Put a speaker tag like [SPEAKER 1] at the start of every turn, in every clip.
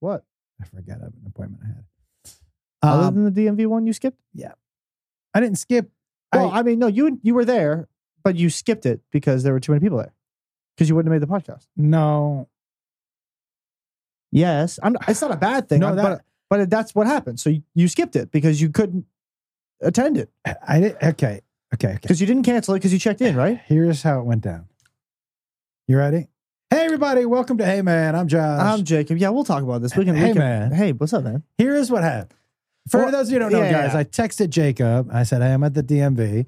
[SPEAKER 1] What?
[SPEAKER 2] I forgot I have an appointment I had.
[SPEAKER 1] Other
[SPEAKER 2] Um,
[SPEAKER 1] than the DMV one you skipped?
[SPEAKER 2] I didn't skip.
[SPEAKER 1] Well, I, mean, no, you you were there, but you skipped it because there were too many people there. Because you wouldn't have made the podcast.
[SPEAKER 2] No,
[SPEAKER 1] Yes, I'm, it's not a bad thing.
[SPEAKER 2] No,
[SPEAKER 1] I'm-
[SPEAKER 2] that-
[SPEAKER 1] but, but that's what happened. So you, you skipped it because you couldn't attend it
[SPEAKER 2] I- I did. Okay, okay, okay.
[SPEAKER 1] because you didn't cancel it because you checked in, right?
[SPEAKER 2] Here's how it went down. You ready? Hey, everybody! Welcome to Hey Man. I'm Josh.
[SPEAKER 1] I'm Jacob. Yeah, we'll talk about this. We can, we
[SPEAKER 2] Hey,
[SPEAKER 1] can-
[SPEAKER 2] man.
[SPEAKER 1] Hey, what's up, man?
[SPEAKER 2] Here is what happened. For
[SPEAKER 1] Well,
[SPEAKER 2] those of you who don't know,
[SPEAKER 1] yeah,
[SPEAKER 2] guys,
[SPEAKER 1] yeah.
[SPEAKER 2] I texted Jacob. I said, "Hey, I'm at the DMV,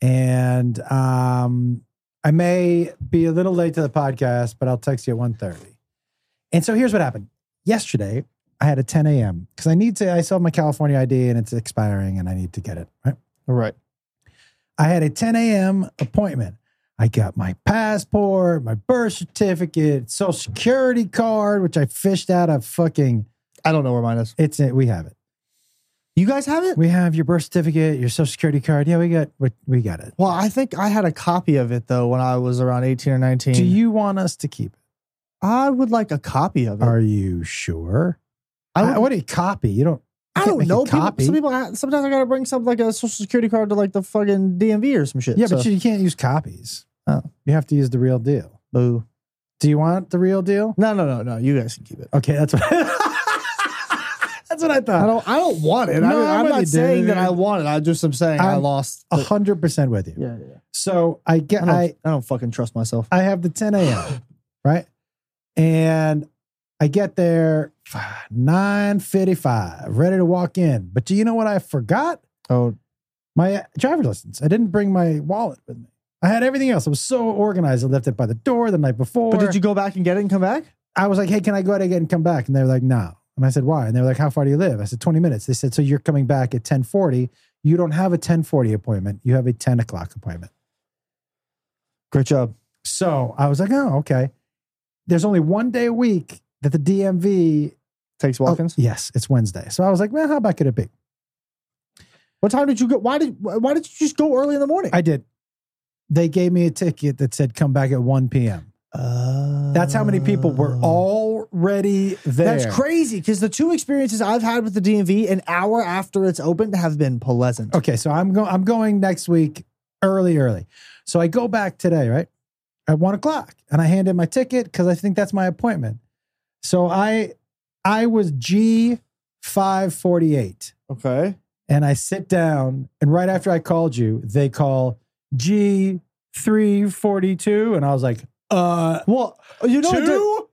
[SPEAKER 2] and um, I may be a little late to the podcast, but I'll text you at 1.30. And so here's what happened. Yesterday, I had a 10 a.m. because I need to. I still have my California ID, and it's expiring, and I need to get it right.
[SPEAKER 1] Right.
[SPEAKER 2] I had a 10 a.m. appointment. I got my passport, my birth certificate, social security card, which I fished out of fucking.
[SPEAKER 1] I don't know where mine is.
[SPEAKER 2] It's it. We have it.
[SPEAKER 1] You guys have it?
[SPEAKER 2] We have your birth certificate, your social security card. Yeah, we got we, we got it.
[SPEAKER 1] Well, I think I had a copy of it though when I was around 18 or 19.
[SPEAKER 2] Do you want us to keep it?
[SPEAKER 1] I would like a copy of it.
[SPEAKER 2] Are you sure?
[SPEAKER 1] I would-
[SPEAKER 2] I, what do you copy? You don't. you
[SPEAKER 1] I
[SPEAKER 2] can't
[SPEAKER 1] don't
[SPEAKER 2] make a
[SPEAKER 1] know. People,
[SPEAKER 2] Copy.
[SPEAKER 1] some people ha- sometimes I gotta bring something like a social security card to like the fucking DMV or some shit.
[SPEAKER 2] yeah,
[SPEAKER 1] so.
[SPEAKER 2] but you, you can't use copies.
[SPEAKER 1] Oh.
[SPEAKER 2] You have to use the real deal.
[SPEAKER 1] Boo.
[SPEAKER 2] Do you want the real deal?
[SPEAKER 1] No, no, no, no. You guys can keep it.
[SPEAKER 2] Okay, that's what. that's what I
[SPEAKER 1] I
[SPEAKER 2] thought.
[SPEAKER 1] don't. I don't want it.
[SPEAKER 2] No,
[SPEAKER 1] I mean,
[SPEAKER 2] I'm
[SPEAKER 1] I'm
[SPEAKER 2] with
[SPEAKER 1] not
[SPEAKER 2] you,
[SPEAKER 1] saying
[SPEAKER 2] dude.
[SPEAKER 1] that I want it. I just am saying i
[SPEAKER 2] I'm-
[SPEAKER 1] lost.
[SPEAKER 2] A
[SPEAKER 1] the-
[SPEAKER 2] hundred percent with you.
[SPEAKER 1] yeah, yeah.
[SPEAKER 2] So I
[SPEAKER 1] I
[SPEAKER 2] get
[SPEAKER 1] don't,
[SPEAKER 2] I
[SPEAKER 1] I, don't fucking trust myself.
[SPEAKER 2] I have the 10 a.m. right, and I get there 9:55, ready to walk in. But do you know what I forgot?
[SPEAKER 1] oh,
[SPEAKER 2] My driver's license. I didn't bring my wallet with me. I had everything else. I was so organized. I left it by the door the night before.
[SPEAKER 1] but did you go back and get it and come back?
[SPEAKER 2] I was like, "Hey, can I go out again and come back?" And they were like, "No." And I said, "Why?" And they were like, "How far do you live?" I said, "20 minutes." They said, "So you're coming back at 10:40." You don't have a 10:40 appointment. You have a 10 o'clock appointment.
[SPEAKER 1] Great job.
[SPEAKER 2] So I was like, oh, okay. There's only one day a week that the DMV.
[SPEAKER 1] Takes Watkins.
[SPEAKER 2] Oh, yes, it's Wednesday. So I was like, well, how bad could it be?
[SPEAKER 1] What time did you go? Why did Why did you just go early in the morning?
[SPEAKER 2] I did. They gave me a ticket that said, come back at 1 p.m. That's how many people were already there.
[SPEAKER 1] That's crazy because the two experiences I've had with the DMV an hour after it's opened have been pleasant.
[SPEAKER 2] Okay, so I'm going. I'm going next week, early, early. So I go back today, right at one o'clock, and I hand in my ticket because I think that's my appointment. So I, I was G five forty eight.
[SPEAKER 1] Okay.
[SPEAKER 2] and I sit down, and right after I called you, they call G three forty two, and I was like, uh,
[SPEAKER 1] Well, you know, it do-
[SPEAKER 2] two?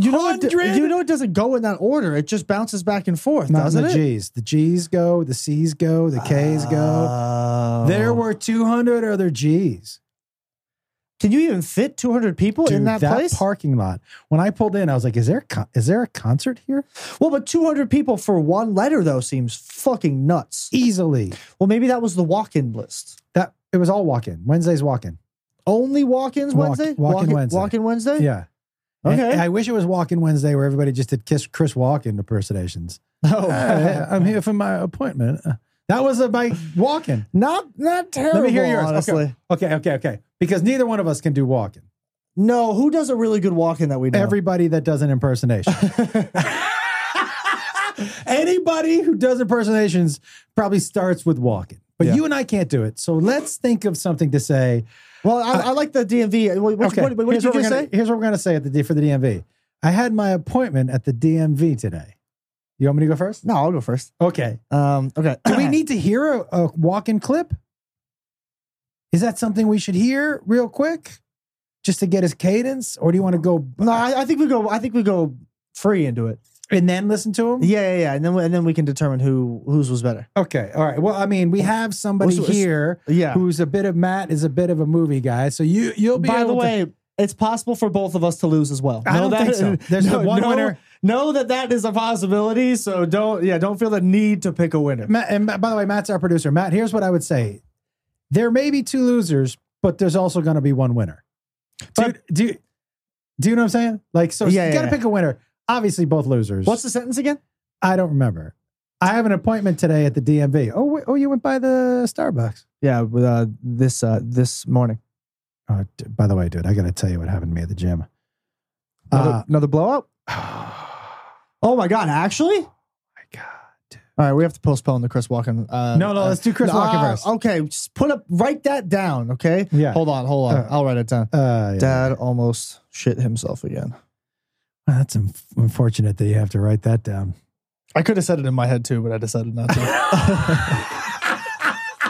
[SPEAKER 1] you know, it do-
[SPEAKER 2] 200?
[SPEAKER 1] you know, it doesn't go in that order. It just bounces back and forth,
[SPEAKER 2] Not
[SPEAKER 1] doesn't
[SPEAKER 2] the
[SPEAKER 1] it?
[SPEAKER 2] G's. The G's go, the C's go, the K's go.
[SPEAKER 1] Oh.
[SPEAKER 2] There were two hundred other G's
[SPEAKER 1] Can you even fit 200 people in
[SPEAKER 2] Dude,
[SPEAKER 1] that, place?
[SPEAKER 2] parking lot. When I pulled in, I was like, "Is there a con- is there a concert here?"
[SPEAKER 1] well, but 200 people for one letter though seems fucking nuts.
[SPEAKER 2] Easily,
[SPEAKER 1] Well, maybe that was the walk-in list.
[SPEAKER 2] that it was all walk in. Wednesday's walk in.
[SPEAKER 1] Only walk-ins
[SPEAKER 2] Walk-
[SPEAKER 1] Wednesday.
[SPEAKER 2] walk-in Wednesday.
[SPEAKER 1] Walk-in Wednesday.
[SPEAKER 2] Yeah. And-
[SPEAKER 1] Eh. Okay.
[SPEAKER 2] and I wish it was Walk In Wednesday where everybody just did kiss Chris Walken impersonations.
[SPEAKER 1] No.
[SPEAKER 2] Uh, I'm here for my appointment. Uh, That was a by walking.
[SPEAKER 1] Not not terrible.
[SPEAKER 2] hear yours. Okay.
[SPEAKER 1] Honestly,
[SPEAKER 2] Okay, okay, okay. Because neither one of us can do walking.
[SPEAKER 1] no. Who does a really good walk-in that we know?
[SPEAKER 2] Everybody that does an impersonation. Anybody who does impersonations probably starts with walking. But
[SPEAKER 1] Yeah.
[SPEAKER 2] you and I can't do it. So let's think of something to say.
[SPEAKER 1] well, I, I like the DMV. What, what-
[SPEAKER 2] okay,
[SPEAKER 1] what, what did
[SPEAKER 2] here's
[SPEAKER 1] you
[SPEAKER 2] we're
[SPEAKER 1] just
[SPEAKER 2] gonna,
[SPEAKER 1] say?
[SPEAKER 2] Here's what we're going to say at the D- for the DMV. I had my appointment at the DMV today. You want me to go first?
[SPEAKER 1] No, I'll go first.
[SPEAKER 2] Okay.
[SPEAKER 1] Um, okay.
[SPEAKER 2] Do we need to hear a, a walk-in clip? Is that something we should hear real quick, just to get his cadence, or do you want to go
[SPEAKER 1] No, I, I think we go. I think we go free into it.
[SPEAKER 2] and then listen to him?
[SPEAKER 1] Yeah, yeah, yeah. And then we- and then we can determine who whose was better.
[SPEAKER 2] Okay, all right. Well, I mean, we have somebody
[SPEAKER 1] Well, so-
[SPEAKER 2] here
[SPEAKER 1] Yeah.
[SPEAKER 2] who's a bit of Matt is a bit of a movie guy, so you you'll be
[SPEAKER 1] By the
[SPEAKER 2] able to-
[SPEAKER 1] way, it's possible for both of us to lose as well.
[SPEAKER 2] I don't
[SPEAKER 1] that,
[SPEAKER 2] think so. There's
[SPEAKER 1] no,
[SPEAKER 2] the one
[SPEAKER 1] know-
[SPEAKER 2] winner.
[SPEAKER 1] Know that that is a possibility. So don't yeah don't feel the need to pick a winner.
[SPEAKER 2] Matt, and by the way, Matt's our producer. Matt, here's what I would say: there may be two losers, but there's also going to be one winner.
[SPEAKER 1] But-
[SPEAKER 2] Dude, do you, do you know what I'm saying? Like, so
[SPEAKER 1] Yeah,
[SPEAKER 2] you
[SPEAKER 1] yeah,
[SPEAKER 2] got to
[SPEAKER 1] yeah.
[SPEAKER 2] pick a winner. Obviously, both losers.
[SPEAKER 1] What's the sentence again?
[SPEAKER 2] I don't remember. I have an appointment today at the DMV. Oh, wait, oh, you went by the Starbucks.
[SPEAKER 1] Yeah, with, uh, this uh, this morning.
[SPEAKER 2] Oh, d- by the way, dude, I got to tell you what happened to me at the gym.
[SPEAKER 1] Another,
[SPEAKER 2] Uh,
[SPEAKER 1] another blowout. Oh my God, actually? All
[SPEAKER 2] My
[SPEAKER 1] right, we have to postpone the Chris Walken. Uh,
[SPEAKER 2] God. No, no,
[SPEAKER 1] uh,
[SPEAKER 2] let's do Chris Walken
[SPEAKER 1] ah,
[SPEAKER 2] first.
[SPEAKER 1] Okay, just put up, write that down, okay?
[SPEAKER 2] Yeah.
[SPEAKER 1] Hold on, hold on.
[SPEAKER 2] Uh,
[SPEAKER 1] I'll write it down.
[SPEAKER 2] Uh, yeah.
[SPEAKER 1] Dad almost shit himself again.
[SPEAKER 2] Well, that's un- unfortunate that you have to write that down.
[SPEAKER 1] I could have said it in my head too, but I decided not to. I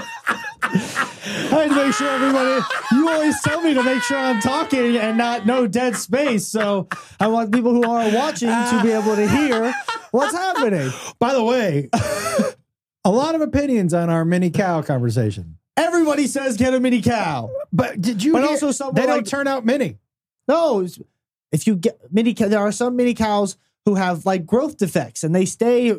[SPEAKER 1] had to make sure everybody. You always tell me to make sure I'm talking and not no dead space. So I want people who are watching to be able to hear what's happening.
[SPEAKER 2] By the way, a lot of opinions on our mini cow conversation.
[SPEAKER 1] Everybody says get a mini cow,
[SPEAKER 2] But did you?
[SPEAKER 1] but
[SPEAKER 2] hear-
[SPEAKER 1] also someone
[SPEAKER 2] they don't
[SPEAKER 1] like
[SPEAKER 2] turn out mini.
[SPEAKER 1] no. it's- If you get mini, cow, there are some mini cows who have like growth defects and they stay.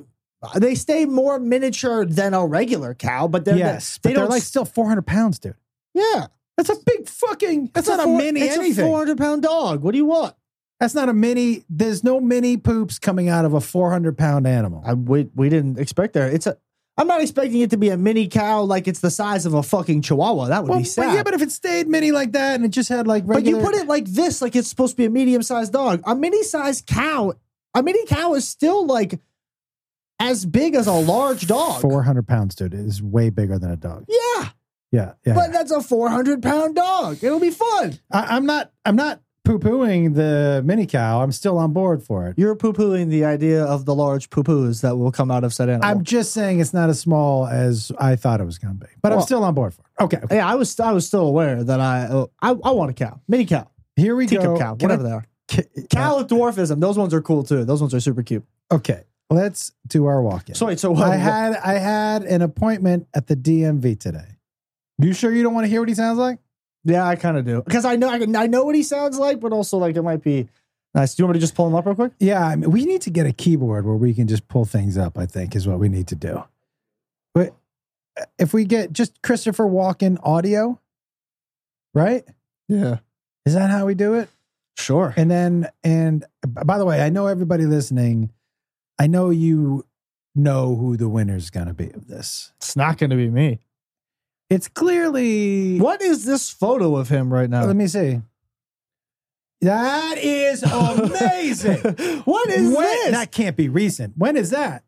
[SPEAKER 1] They stay more miniature than a regular cow, but they're
[SPEAKER 2] yes,
[SPEAKER 1] they
[SPEAKER 2] but they're
[SPEAKER 1] don't
[SPEAKER 2] like still 400 pounds, dude.
[SPEAKER 1] yeah.
[SPEAKER 2] That's a big fucking. That's
[SPEAKER 1] It's
[SPEAKER 2] not a,
[SPEAKER 1] four-
[SPEAKER 2] mini
[SPEAKER 1] it's
[SPEAKER 2] anything.
[SPEAKER 1] a 400 pound dog. What do you want?
[SPEAKER 2] that's not a mini. There's no mini poops coming out of a 400 pound animal.
[SPEAKER 1] I we we didn't expect that. It's a. I'm not expecting it to be a mini cow like it's the size of a fucking chihuahua. That would
[SPEAKER 2] Well,
[SPEAKER 1] be
[SPEAKER 2] but
[SPEAKER 1] sad.
[SPEAKER 2] yeah, but if it stayed mini like that and it just had like
[SPEAKER 1] But you
[SPEAKER 2] regular,
[SPEAKER 1] put it like this, like it's supposed to be a medium sized dog. A mini sized cow, a mini cow is still like as big as a large dog.
[SPEAKER 2] 400 pounds, dude, It is way bigger than a dog.
[SPEAKER 1] Yeah,
[SPEAKER 2] Yeah, yeah.
[SPEAKER 1] but that's a 400 pound dog. It'll be fun.
[SPEAKER 2] I, I'm not. I'm not poo pooing the mini cow. I'm still on board for it.
[SPEAKER 1] You're poo pooing the idea of the large poo poos that will come out of said animal.
[SPEAKER 2] I'm just saying it's not as small as I thought it was going to be, but I'm
[SPEAKER 1] Well-
[SPEAKER 2] still on board for it. Okay, okay.
[SPEAKER 1] yeah, I was I was still aware that I oh, I, I want a cow, mini cow,
[SPEAKER 2] here we
[SPEAKER 1] teacup
[SPEAKER 2] go.
[SPEAKER 1] cow,
[SPEAKER 2] Can I-
[SPEAKER 1] whatever they are.
[SPEAKER 2] ca-
[SPEAKER 1] Cow with dwarfism. Those ones are cool too. Those ones are super cute.
[SPEAKER 2] uh, okay, let's do our walk in.
[SPEAKER 1] Sorry, so
[SPEAKER 2] I
[SPEAKER 1] what-
[SPEAKER 2] had I had an appointment at the DMV today. You sure you don't want to hear what he sounds like?
[SPEAKER 1] yeah, I kind of do because I know I, can- I know what he sounds like, but also like it might be nice. Do you want me to just pull him up real quick?
[SPEAKER 2] Yeah, I mean, we need to get a keyboard where we can just pull things up. I think is what we need to do. But uh, if we get just Christopher Walken audio, right?
[SPEAKER 1] Yeah,
[SPEAKER 2] Is that how we do it?
[SPEAKER 1] sure.
[SPEAKER 2] And then, and b- by the way, I know everybody listening, I know you know who the winner's going to be of this.
[SPEAKER 1] It's not going to be me.
[SPEAKER 2] It's clearly.
[SPEAKER 1] What is this photo of him right now?
[SPEAKER 2] Let me see. That is amazing.
[SPEAKER 1] what is
[SPEAKER 2] When-
[SPEAKER 1] this?
[SPEAKER 2] That can't be recent. When is that?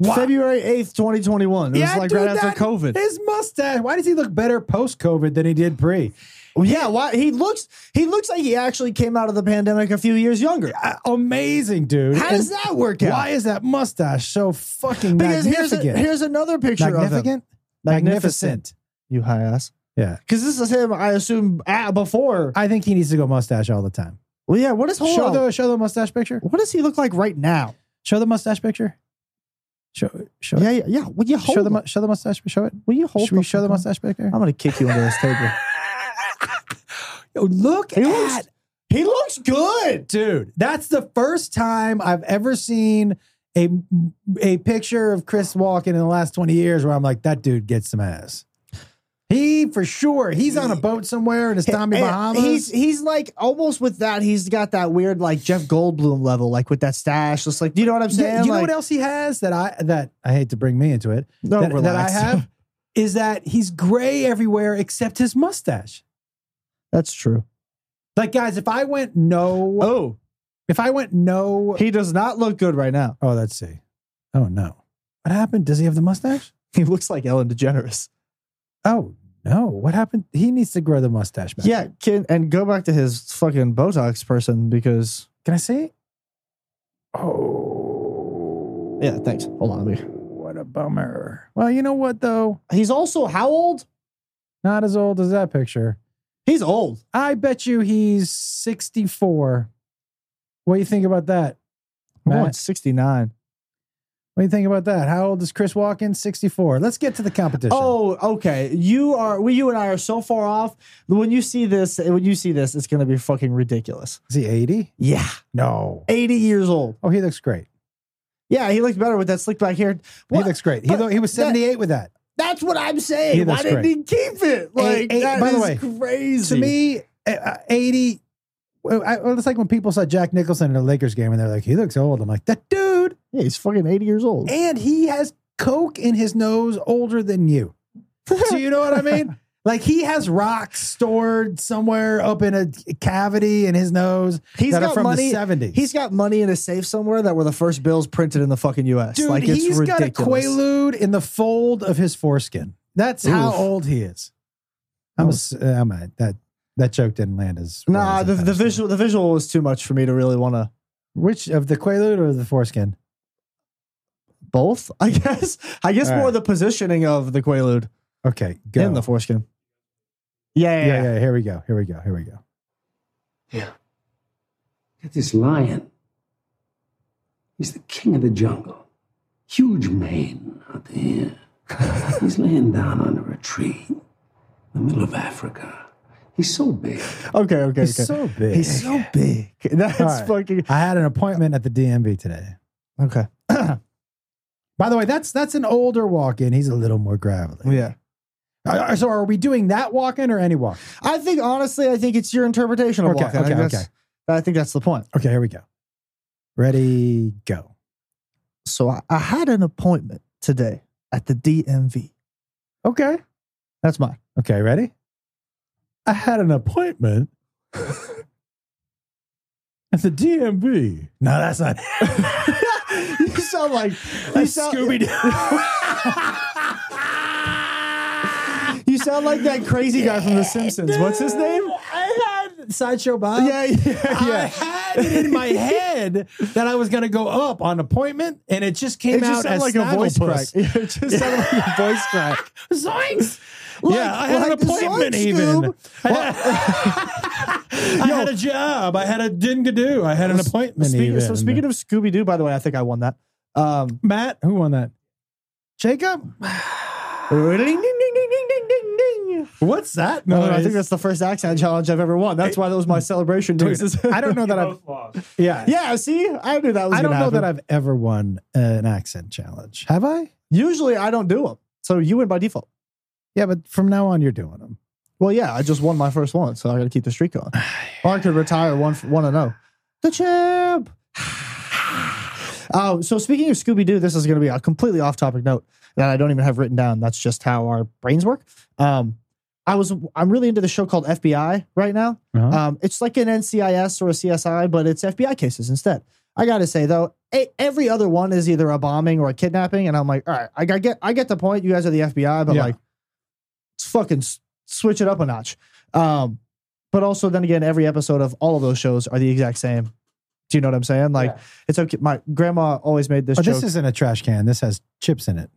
[SPEAKER 2] Wow.
[SPEAKER 1] February eighth, twenty twenty one. It
[SPEAKER 2] Yeah,
[SPEAKER 1] was like
[SPEAKER 2] dude,
[SPEAKER 1] right after
[SPEAKER 2] that-
[SPEAKER 1] COVID.
[SPEAKER 2] His mustache. Why does he look better post COVID than he did pre?
[SPEAKER 1] yeah, why he looks he looks like he actually came out of the pandemic a few years younger.
[SPEAKER 2] Uh, amazing, dude.
[SPEAKER 1] How does that work out?
[SPEAKER 2] Why is that mustache so fucking
[SPEAKER 1] Because here's a,
[SPEAKER 2] magnificent?
[SPEAKER 1] here's another picture of him.
[SPEAKER 2] magnificent? magnificent.
[SPEAKER 1] You high ass.
[SPEAKER 2] Yeah.
[SPEAKER 1] Because this is him, I assume, ah, before.
[SPEAKER 2] I think he needs to go mustache all the time.
[SPEAKER 1] Well, yeah, what is hold
[SPEAKER 2] show
[SPEAKER 1] on.
[SPEAKER 2] the show the mustache picture.
[SPEAKER 1] What does he look like right now?
[SPEAKER 2] Show the mustache picture. Show show
[SPEAKER 1] Yeah, yeah, yeah. Will you hold
[SPEAKER 2] show the
[SPEAKER 1] him?
[SPEAKER 2] mu- show the mustache. Show it.
[SPEAKER 1] Will you hold
[SPEAKER 2] Should we show the
[SPEAKER 1] fuck up?
[SPEAKER 2] mustache picture?
[SPEAKER 1] I'm gonna kick you into this table.
[SPEAKER 2] Yo, look
[SPEAKER 1] He
[SPEAKER 2] at
[SPEAKER 1] looks, he looks good.
[SPEAKER 2] dude. That's the first time I've ever seen a a picture of Chris Walken in the last twenty years where I'm like, that dude gets some ass. He for sure. He's on a boat somewhere in his Tommy
[SPEAKER 1] And
[SPEAKER 2] Bahamas.
[SPEAKER 1] He's he's like almost with that. He's got that weird like Jeff Goldblum level, like with that stash. Just like you know what I'm saying?
[SPEAKER 2] Yeah, you know
[SPEAKER 1] Like,
[SPEAKER 2] what else he has that I that I hate to bring me into it.
[SPEAKER 1] No,
[SPEAKER 2] that, that I
[SPEAKER 1] relax.
[SPEAKER 2] have is that he's gray everywhere except his mustache.
[SPEAKER 1] That's true.
[SPEAKER 2] Like guys, if I went no,
[SPEAKER 1] Oh,
[SPEAKER 2] if I went no,
[SPEAKER 1] he does not look good right now.
[SPEAKER 2] oh, let's see. Oh no, what happened? Does he have the mustache?
[SPEAKER 1] He looks like Ellen DeGeneres.
[SPEAKER 2] Oh no, what happened? He needs to grow the mustache back.
[SPEAKER 1] Yeah, can, and go back to his fucking Botox person because
[SPEAKER 2] can I see? Oh,
[SPEAKER 1] Yeah, thanks. Hold on. Let me.
[SPEAKER 2] What a bummer. Well, you know what though,
[SPEAKER 1] He's also how old?
[SPEAKER 2] not as old as that picture.
[SPEAKER 1] He's old.
[SPEAKER 2] I bet you he's 64. What do you think about that?
[SPEAKER 1] I'm going
[SPEAKER 2] Matt?
[SPEAKER 1] 69.
[SPEAKER 2] What do you think about that? How old is Chris Walken? 64. Let's get to the competition.
[SPEAKER 1] Oh, okay. You are we you and I are so far off. When you see this, when you see this, it's gonna be fucking ridiculous.
[SPEAKER 2] is he 80?
[SPEAKER 1] Yeah.
[SPEAKER 2] No.
[SPEAKER 1] 80 years old.
[SPEAKER 2] Oh, he looks great.
[SPEAKER 1] Yeah, he looked better with that slick back hair. What?
[SPEAKER 2] He looks great. He,
[SPEAKER 1] But
[SPEAKER 2] lo- he was
[SPEAKER 1] that-
[SPEAKER 2] 78 with that.
[SPEAKER 1] That's what I'm
[SPEAKER 2] He
[SPEAKER 1] saying. Why
[SPEAKER 2] looks
[SPEAKER 1] didn't
[SPEAKER 2] great.
[SPEAKER 1] he keep it? Like
[SPEAKER 2] Hey, hey,
[SPEAKER 1] that
[SPEAKER 2] by the
[SPEAKER 1] is
[SPEAKER 2] way,
[SPEAKER 1] crazy.
[SPEAKER 2] To me, uh, uh, 80. well, I, well, it's like when people saw Jack Nicholson in a Lakers game and they're like, he looks old. I'm like, that dude.
[SPEAKER 1] yeah, he's fucking 80 years old.
[SPEAKER 2] And he has Coke in his nose older than you. Do you know what I mean? Like he has rocks stored somewhere up in a cavity in his nose
[SPEAKER 1] He's
[SPEAKER 2] that are
[SPEAKER 1] got
[SPEAKER 2] from
[SPEAKER 1] money.
[SPEAKER 2] the 70s.
[SPEAKER 1] He's got money in a safe somewhere that were the first bills printed in the fucking U.S.
[SPEAKER 2] Dude,
[SPEAKER 1] like it's
[SPEAKER 2] he's
[SPEAKER 1] ridiculous.
[SPEAKER 2] got a Quaalude in the fold of his foreskin. That's how
[SPEAKER 1] Oof.
[SPEAKER 2] old he is. I'm, a
[SPEAKER 1] Oh.
[SPEAKER 2] s- I'm a- that that joke didn't land as well
[SPEAKER 1] Nah,
[SPEAKER 2] as
[SPEAKER 1] the, the
[SPEAKER 2] I thought it was.
[SPEAKER 1] visual the visual was too much for me to really want to
[SPEAKER 2] Which of the Quaalude or the foreskin?
[SPEAKER 1] both. I guess I guess
[SPEAKER 2] All
[SPEAKER 1] more
[SPEAKER 2] right.
[SPEAKER 1] the positioning of the Quaalude
[SPEAKER 2] Okay, go.
[SPEAKER 1] in the foreskin. Yeah, yeah,
[SPEAKER 2] yeah,
[SPEAKER 1] yeah.
[SPEAKER 2] yeah, Here we go. Here we go. Here we go.
[SPEAKER 3] Yeah. Get this lion. He's the king of the jungle. Huge mane out there. He's laying down under a tree in the middle of Africa. He's so big.
[SPEAKER 1] Okay, okay,
[SPEAKER 2] He's
[SPEAKER 1] okay.
[SPEAKER 2] so big.
[SPEAKER 1] He's so big. That's
[SPEAKER 2] All right.
[SPEAKER 1] fucking
[SPEAKER 2] I had an appointment at the DMV today.
[SPEAKER 1] okay.
[SPEAKER 2] By the way, that's that's an older walk-in. He's a little more gravelly.
[SPEAKER 1] Yeah,
[SPEAKER 2] Uh, So are we doing that walk-in or any walk?
[SPEAKER 1] I think honestly, I think it's your interpretation of
[SPEAKER 2] Okay,
[SPEAKER 1] walking. I
[SPEAKER 2] okay,
[SPEAKER 1] think that's-
[SPEAKER 2] okay.
[SPEAKER 1] I think that's the point.
[SPEAKER 2] Okay, here we go. Ready, go.
[SPEAKER 1] So I, I had an appointment today at the DMV.
[SPEAKER 2] Okay.
[SPEAKER 1] That's mine.
[SPEAKER 2] Okay, ready? I had an appointment at the DMV. No, that's not.
[SPEAKER 1] you sound like you sound,
[SPEAKER 2] Doo.
[SPEAKER 1] You sound like that crazy guy from The Simpsons. What's his name?
[SPEAKER 2] I had Sideshow Bob.
[SPEAKER 1] Yeah, yeah,
[SPEAKER 2] I
[SPEAKER 1] yeah.
[SPEAKER 2] had it in my head that I was going to go up on appointment, and it just came
[SPEAKER 1] It just
[SPEAKER 2] out
[SPEAKER 1] sounded
[SPEAKER 2] as
[SPEAKER 1] like a voice crack.
[SPEAKER 2] Snagglepuss.
[SPEAKER 1] It just sounded like a voice crack.
[SPEAKER 2] Zoinks! yeah, I had
[SPEAKER 1] like
[SPEAKER 2] an appointment
[SPEAKER 1] Zoinks,
[SPEAKER 2] even.
[SPEAKER 1] Scoob.
[SPEAKER 2] I had, I had a job. I had a dingadoo. I had an appointment
[SPEAKER 1] Speaking-
[SPEAKER 2] even.
[SPEAKER 1] so speaking of Scooby Doo, by the way, I think I won that. Um,
[SPEAKER 2] Matt, who won that? Jacob?
[SPEAKER 1] ding, ding, ding, ding, ding, ding, ding.
[SPEAKER 2] What's that
[SPEAKER 1] No,
[SPEAKER 2] noise?
[SPEAKER 1] I think that's the first accent challenge I've ever won. That's why that was my celebration noises.
[SPEAKER 2] I don't know that I've. Yeah.
[SPEAKER 1] yeah, see, I knew that was.
[SPEAKER 2] I don't
[SPEAKER 1] gonna
[SPEAKER 2] know that
[SPEAKER 1] happen.
[SPEAKER 2] I've ever won an accent challenge. Have I?
[SPEAKER 1] Usually, I don't do them, so you win by default.
[SPEAKER 2] Yeah, but from now on, you're doing them.
[SPEAKER 1] Well, yeah, I just won my first one, so I got to keep the streak going. or I could retire one one and zero. The champ. Um, so speaking of Scooby Doo, this is going to be a completely off topic note that I don't even have written down. That's just how our brains work. Um, I was I'm really into the show called FBI right now.
[SPEAKER 2] Uh-huh.
[SPEAKER 1] Um, it's like an NCIS or a CSI, but it's FBI cases instead. I gotta say though, e- every other one is either a bombing or a kidnapping, and I'm like, all right, I got- get, I get the point. You guys are the FBI, but
[SPEAKER 2] Yeah.
[SPEAKER 1] like, let's fucking s- switch it up a notch. Um, but also, then again, every episode of all of those shows are the exact same. Do you know what I'm saying? Like, it's okay. My grandma always made this
[SPEAKER 2] oh,
[SPEAKER 1] joke.
[SPEAKER 2] this isn't a trash can. This has chips in it.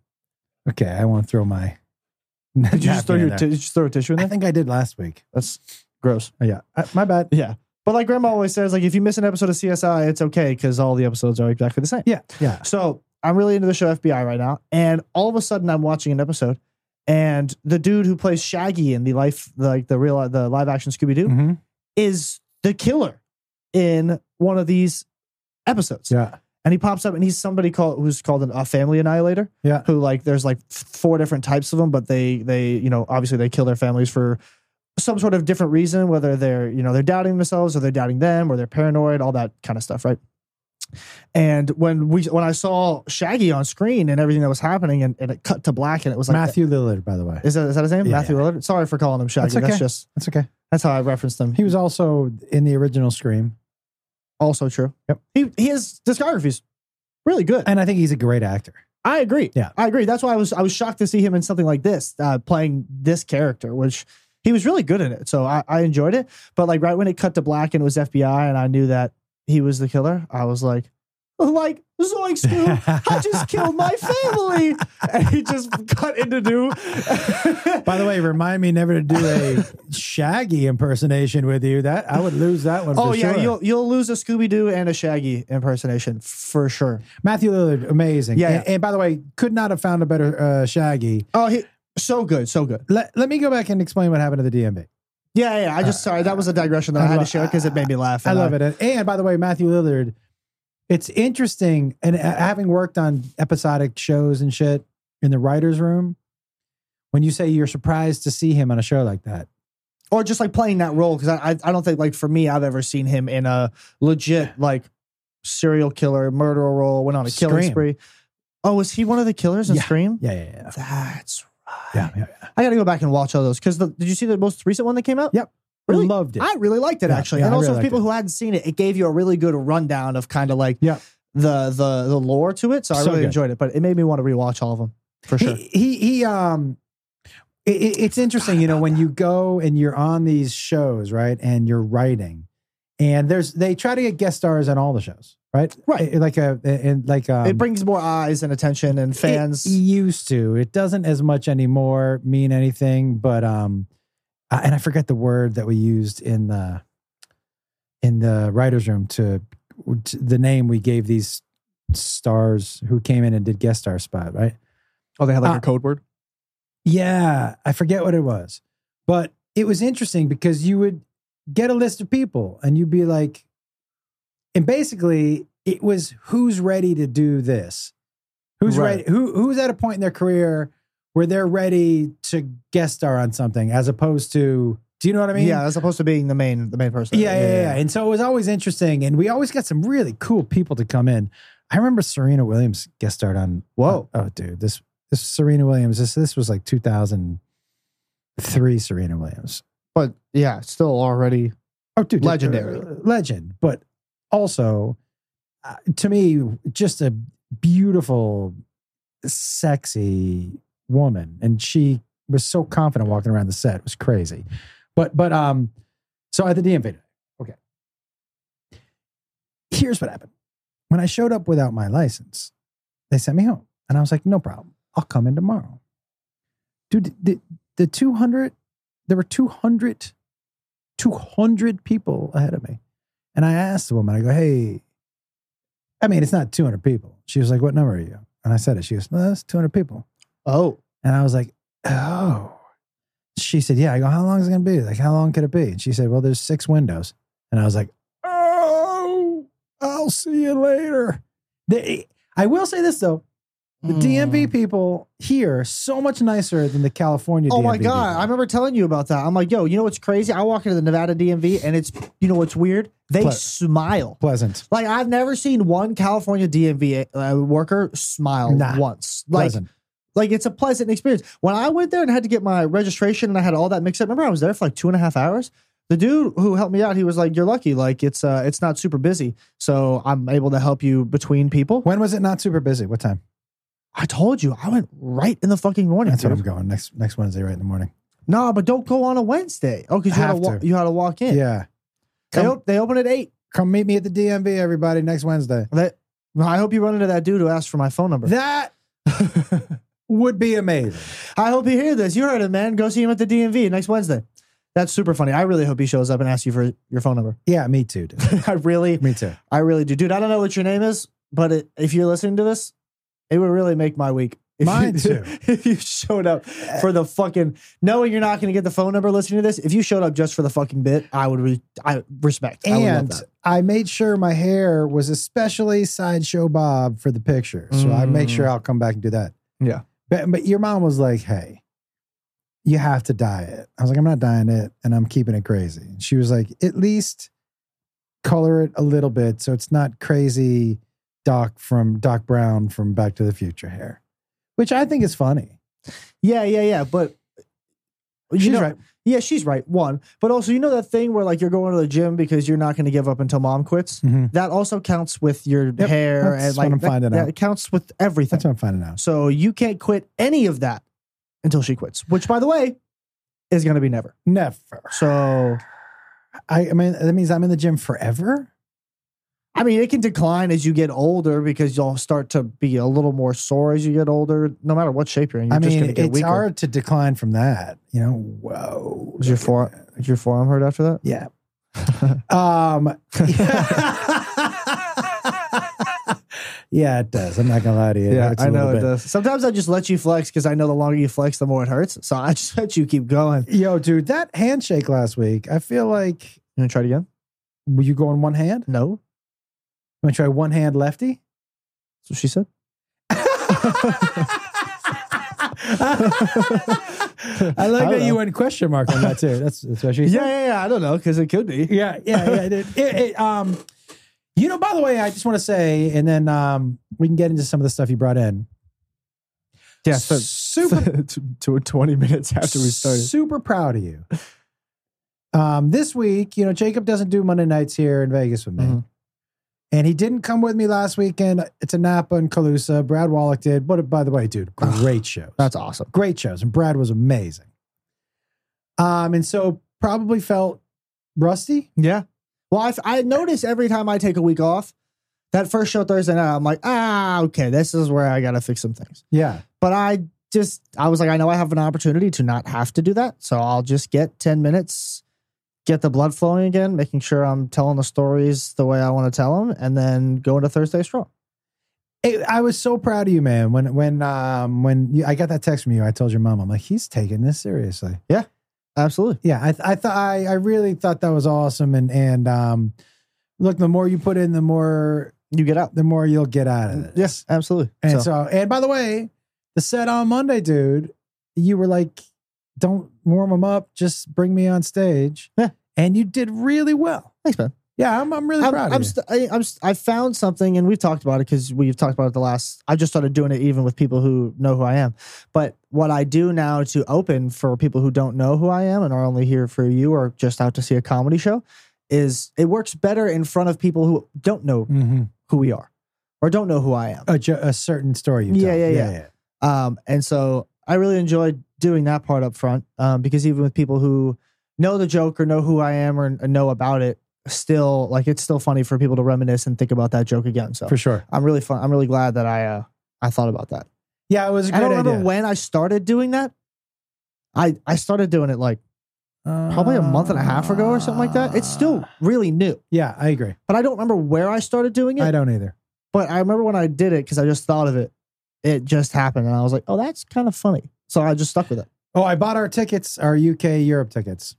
[SPEAKER 2] Okay, I won't throw my.
[SPEAKER 1] did you just throw your
[SPEAKER 2] napkin
[SPEAKER 1] ti- did
[SPEAKER 2] in there.
[SPEAKER 1] you just throw a tissue in
[SPEAKER 2] I
[SPEAKER 1] there?
[SPEAKER 2] think I did last week.
[SPEAKER 1] That's gross.
[SPEAKER 2] Oh, yeah, Uh, my bad.
[SPEAKER 1] Yeah. But like grandma always says, like if you miss an episode of CSI, it's okay because all the episodes are exactly the same.
[SPEAKER 2] Yeah, yeah.
[SPEAKER 1] So I'm really into the show FBI right now, and all of a sudden I'm watching an episode, and the dude who plays Shaggy in the life, like the real, the live action Scooby Doo,
[SPEAKER 2] Mhm.
[SPEAKER 1] is the killer in one of these episodes,
[SPEAKER 2] Yeah,
[SPEAKER 1] and he pops up and he's somebody called who's called an, a family annihilator.
[SPEAKER 2] Yeah.
[SPEAKER 1] who like there's like f- four different types of them, but they they you know obviously they kill their families for some sort of different reason, whether they're, you know, they're doubting themselves or they're doubting them or they're paranoid, all that kind of stuff, right? And when we when I saw Shaggy on screen and everything that was happening and, and it cut to black and it was like
[SPEAKER 2] Matthew Lillard, by the way.
[SPEAKER 1] Is that is that his name?
[SPEAKER 2] Yeah,
[SPEAKER 1] Matthew Lillard? Sorry for calling him Shaggy.
[SPEAKER 2] That's
[SPEAKER 1] That's,
[SPEAKER 2] okay.
[SPEAKER 1] just
[SPEAKER 2] That's okay.
[SPEAKER 1] that's how I referenced him.
[SPEAKER 2] He was also in the original Scream,
[SPEAKER 1] also true.
[SPEAKER 2] Yep.
[SPEAKER 1] He his discography's really good.
[SPEAKER 2] and I think he's a great actor.
[SPEAKER 1] I agree.
[SPEAKER 2] Yeah.
[SPEAKER 1] I agree. That's why I was I was shocked to see him in something like this, uh, playing this character, which he was really good in it. So I, I enjoyed it. But like right when it cut to black and it was FBI, and I knew that he was the killer, I was like, like Zoinks, dude, I just killed my family, and he just cut into do.
[SPEAKER 2] By the way, remind me never to do a Shaggy impersonation with you. That I would lose that one.
[SPEAKER 1] Oh
[SPEAKER 2] for
[SPEAKER 1] yeah,
[SPEAKER 2] sure.
[SPEAKER 1] you'll you'll lose a Scooby Doo and a Shaggy impersonation for sure.
[SPEAKER 2] Matthew Lillard, amazing.
[SPEAKER 1] Yeah,
[SPEAKER 2] And, and by the way, could not have found a better uh, Shaggy.
[SPEAKER 1] Oh, he so good, so good.
[SPEAKER 2] Let, let me go back and explain what happened to the DMV.
[SPEAKER 1] Yeah, yeah. I just sorry that was a digression that
[SPEAKER 2] Uh, I
[SPEAKER 1] I, had
[SPEAKER 2] lo-
[SPEAKER 1] to share because it made me laugh.
[SPEAKER 2] I love it. And, and by the way, Matthew Lillard, it's interesting. And uh, having worked on episodic shows and shit in the writer's room, when you say you're surprised to see him on a show like that,
[SPEAKER 1] or just like playing that role because I, I I don't think like for me I've ever seen him in a legit like serial killer murderer role went on a killing
[SPEAKER 2] Scream.
[SPEAKER 1] spree. Oh, was he one of the killers in Scream?
[SPEAKER 2] yeah, yeah, yeah.
[SPEAKER 1] That's
[SPEAKER 2] Yeah, yeah, yeah.
[SPEAKER 1] I gotta go back and watch all those because did you see the most recent one that came out?
[SPEAKER 2] Yep.
[SPEAKER 1] Really?
[SPEAKER 2] Loved it.
[SPEAKER 1] I really liked it
[SPEAKER 2] Yeah,
[SPEAKER 1] actually,
[SPEAKER 2] yeah,
[SPEAKER 1] and
[SPEAKER 2] I
[SPEAKER 1] also
[SPEAKER 2] really
[SPEAKER 1] for
[SPEAKER 2] liked
[SPEAKER 1] people
[SPEAKER 2] it.
[SPEAKER 1] who hadn't seen it, it gave you a really good rundown of kind of like
[SPEAKER 2] Yeah.
[SPEAKER 1] the the the lore to it. So I
[SPEAKER 2] So
[SPEAKER 1] really
[SPEAKER 2] good.
[SPEAKER 1] enjoyed it, but it made me want to rewatch all of them for sure.
[SPEAKER 2] He, he, he um, it, it- it's interesting, you know, when you go and you're on these shows, right, and you're writing, and there's they try to get guest stars on all the shows, right,
[SPEAKER 1] Right.
[SPEAKER 2] Eh, like a and like um,
[SPEAKER 1] it brings more eyes and attention and fans.
[SPEAKER 2] It used to. It doesn't as much anymore mean anything, but um, I, and I forget the word that we used in the in the writers' room to, to the name we gave these stars who came in and did guest star spot, right?
[SPEAKER 1] oh, they had
[SPEAKER 2] like, a
[SPEAKER 1] code word.
[SPEAKER 2] Yeah, I forget what it was, but it was interesting because you would get a list of people and you'd be like, and basically it was who's ready to do this, who's
[SPEAKER 1] Right.
[SPEAKER 2] ready, who who's at a point in their career where they're ready to guest star on something, as opposed to, do you know what I mean?
[SPEAKER 1] yeah, as opposed to being the main the main person.
[SPEAKER 2] Yeah, yeah, yeah, And so it was always interesting, and we always got some really cool people to come in. I remember Serena Williams guest starred on.
[SPEAKER 1] Whoa.
[SPEAKER 2] oh, dude, this this Serena Williams. This this was like 2003 Serena Williams.
[SPEAKER 1] But yeah, still already
[SPEAKER 2] Oh, dude,
[SPEAKER 1] Legendary.
[SPEAKER 2] uh, legend, but also uh, to me, just a beautiful, sexy woman, and she was so confident walking around the set. It was crazy, but but um, so at the DMV today, okay. Here's what happened when I showed up without my license. They sent me home, and I was like, no problem, I'll come in tomorrow. Dude, the the two hundred, there were two hundred 200 people ahead of me. And I asked the woman, I go, hey, I mean, it's not 200 people. She was like, what number are you? And I said it. She goes, no, that's 200 people.
[SPEAKER 1] oh
[SPEAKER 2] And I was like, oh. She said, yeah. I go, how long is it going to be? Like, how long could it be? And she said, well, there's six windows. And I was like, oh, I'll see you later. They, I will say this though.
[SPEAKER 1] Hmm.
[SPEAKER 2] The DMV people here are so much nicer than the California
[SPEAKER 1] Oh my
[SPEAKER 2] DMV
[SPEAKER 1] god!
[SPEAKER 2] people.
[SPEAKER 1] I remember telling you about that. I'm like, yo, you know what's crazy? I walk into the Nevada DMV, and it's you know what's weird? They
[SPEAKER 2] What?
[SPEAKER 1] smile.
[SPEAKER 2] pleasant.
[SPEAKER 1] Like I've never seen one California DMV uh, worker smile
[SPEAKER 2] Nah.
[SPEAKER 1] once. Like
[SPEAKER 2] pleasant.
[SPEAKER 1] like it's a pleasant experience. When I went there and had to get my registration and I had all that mixed up, remember I was there for like two and a half hours. The dude who helped me out, he was like, "You're lucky. Like it's uh, it's not super busy, so I'm able to help you between people."
[SPEAKER 2] When was it not super busy? What time?
[SPEAKER 1] I told you, I went right in the fucking morning.
[SPEAKER 2] That's what
[SPEAKER 1] dude.
[SPEAKER 2] I'm going next next Wednesday, right in the morning.
[SPEAKER 1] No, but don't go on a Wednesday. Oh, because you, had to
[SPEAKER 2] Have
[SPEAKER 1] wa-
[SPEAKER 2] to.
[SPEAKER 1] you had to walk in.
[SPEAKER 2] Yeah,
[SPEAKER 1] They,
[SPEAKER 2] Come-
[SPEAKER 1] op- they open at eight.
[SPEAKER 2] come meet me at the DMV, everybody, next Wednesday.
[SPEAKER 1] They- I hope you run into that dude who asked for my phone number.
[SPEAKER 2] That would be amazing.
[SPEAKER 1] I hope you hear this. You heard it, man. Go see him at the DMV next Wednesday. That's super funny. I really hope he shows up and asks you for your phone number.
[SPEAKER 2] Yeah, me too, dude.
[SPEAKER 1] I really,
[SPEAKER 2] me too.
[SPEAKER 1] I really do, dude. I don't know what your name is, but it, if you're listening to this, it would really make my week. If
[SPEAKER 2] Mine
[SPEAKER 1] you,
[SPEAKER 2] too. Eh.
[SPEAKER 1] If you showed up for the fucking knowing you're not going to get the phone number listening to this, if you showed up just for the fucking bit, I would re, I respect. I would love
[SPEAKER 2] And
[SPEAKER 1] that.
[SPEAKER 2] I made sure my hair was especially sideshow Bob for the picture, so I make
[SPEAKER 1] Mm.
[SPEAKER 2] sure I'll come back and do that.
[SPEAKER 1] Yeah.
[SPEAKER 2] but, but your mom was like, "Hey, you have to dye it." I was like, "I'm not dyeing it, and I'm keeping it crazy." And she was like, "At least color it a little bit, so it's not crazy Doc from Doc Brown from Back to the Future hair," which I think is funny.
[SPEAKER 1] Yeah, yeah, yeah. But you
[SPEAKER 2] She's
[SPEAKER 1] know-
[SPEAKER 2] right.
[SPEAKER 1] Yeah, she's right. One, but also you know that thing where like you're going to the gym because you're not going to give up until mom quits.
[SPEAKER 2] Mhm.
[SPEAKER 1] That also counts with your
[SPEAKER 2] Yep,
[SPEAKER 1] hair
[SPEAKER 2] that's
[SPEAKER 1] and like
[SPEAKER 2] what I'm
[SPEAKER 1] that,
[SPEAKER 2] finding
[SPEAKER 1] that
[SPEAKER 2] out.
[SPEAKER 1] counts with everything.
[SPEAKER 2] That's what I'm finding out.
[SPEAKER 1] So you can't quit any of that until she quits, which by the way is going to be never.
[SPEAKER 2] Never.
[SPEAKER 1] So
[SPEAKER 2] I, I mean, that means I'm in the gym forever.
[SPEAKER 1] I mean, it can decline as you get older because you'll start to be a little more sore as you get older, no matter what shape you're in. You're
[SPEAKER 2] I
[SPEAKER 1] just
[SPEAKER 2] mean,
[SPEAKER 1] going to get
[SPEAKER 2] it's
[SPEAKER 1] weaker.
[SPEAKER 2] hard to decline from that. You know, whoa.
[SPEAKER 1] Is your
[SPEAKER 2] look at
[SPEAKER 1] fore-
[SPEAKER 2] that.
[SPEAKER 1] Is your forearm hurt after that?
[SPEAKER 2] Yeah. um. yeah, it does. I'm not gonna lie to you. It hurts a little bit.
[SPEAKER 1] does. Sometimes I just let you flex because I know the longer you flex, the more it hurts. So I just let you keep going.
[SPEAKER 2] Yo, dude, that handshake last week. I feel like
[SPEAKER 1] You want to try it again?
[SPEAKER 2] were you going one hand?
[SPEAKER 1] No.
[SPEAKER 2] I'm gonna try one hand lefty.
[SPEAKER 1] That's what she said.
[SPEAKER 2] I like
[SPEAKER 1] I
[SPEAKER 2] that
[SPEAKER 1] don't
[SPEAKER 2] you
[SPEAKER 1] know.
[SPEAKER 2] went question mark on that too. That's that's what she said.
[SPEAKER 1] Yeah, yeah, yeah. I don't know because it could be.
[SPEAKER 2] yeah, yeah, yeah. dude. It- it, um, you know, by the way, I just want to say, and then um, we can get into some of the stuff you brought in.
[SPEAKER 1] Yeah, so
[SPEAKER 2] super
[SPEAKER 1] to, to 20 minutes after we started.
[SPEAKER 2] Super proud of you. Um, this week, you know, Jacob doesn't do Monday nights here in Vegas with me.
[SPEAKER 1] Mhm.
[SPEAKER 2] And he didn't come with me last weekend to Napa and Calusa. Brad Wallach did. But by the way, dude, great shows.
[SPEAKER 1] That's awesome.
[SPEAKER 2] Great shows. And Brad was amazing. Um, and so probably felt rusty.
[SPEAKER 1] Yeah. Well, I've, I notice every time I take a week off, that first show Thursday night, I'm like, ah, okay, this is where I got to fix some things.
[SPEAKER 2] Yeah.
[SPEAKER 1] But I just, I was like, I know I have an opportunity to not have to do that. So I'll just get 10 minutes, get the blood flowing again, making sure I'm telling the stories the way I want to tell them, and then go into Thursday strong.
[SPEAKER 2] It- I was so proud of you, man. When when um when you, I got that text from you, I told your mom, I'm like, he's taking this seriously.
[SPEAKER 1] Absolutely.
[SPEAKER 2] yeah i th- i thought I, I really thought that was awesome and and um look the more you put in the more
[SPEAKER 1] You get out.
[SPEAKER 2] the more you'll get out of this
[SPEAKER 1] Yes, absolutely.
[SPEAKER 2] and so.
[SPEAKER 1] so,
[SPEAKER 2] and by the way the set on monday dude you were like don't warm them up just bring me on stage
[SPEAKER 1] Yeah.
[SPEAKER 2] and you did really well
[SPEAKER 1] thanks, man.
[SPEAKER 2] yeah i'm, I'm really
[SPEAKER 1] I'm,
[SPEAKER 2] proud
[SPEAKER 1] I'm
[SPEAKER 2] of you
[SPEAKER 1] st- I, I'm st- I found something, and we've talked about it because we've talked about it the last. I just started doing it even with people who know who I am. But what I do now to open for people who don't know who I am and are only here for you or just out to see a comedy show is it works better in front of people who don't know
[SPEAKER 2] Mhm.
[SPEAKER 1] who we are or don't know who I am.
[SPEAKER 2] a, jo- a certain story you
[SPEAKER 1] Yeah,
[SPEAKER 2] told.
[SPEAKER 1] yeah, yeah. Um, and so I really enjoyed doing that part up front um, because even with people who know the joke or know who I am or, or know about it, still like it's still funny for people to reminisce and think about that joke again. So
[SPEAKER 2] for sure
[SPEAKER 1] I'm really fun. I'm really glad that I uh, I thought about that.
[SPEAKER 2] yeah it was a
[SPEAKER 1] I
[SPEAKER 2] great
[SPEAKER 1] don't remember
[SPEAKER 2] idea.
[SPEAKER 1] when I started doing that. I I started doing it like probably a month and a half ago or something like that. It's still
[SPEAKER 2] Uh,
[SPEAKER 1] really new,
[SPEAKER 2] yeah i agree
[SPEAKER 1] but I don't remember where I started doing it.
[SPEAKER 2] i don't either
[SPEAKER 1] But I remember when I did it because I just thought of it. It just happened, and I was like, "Oh, that's kind of funny." So I just stuck with it.
[SPEAKER 2] oh i bought our tickets our uk europe tickets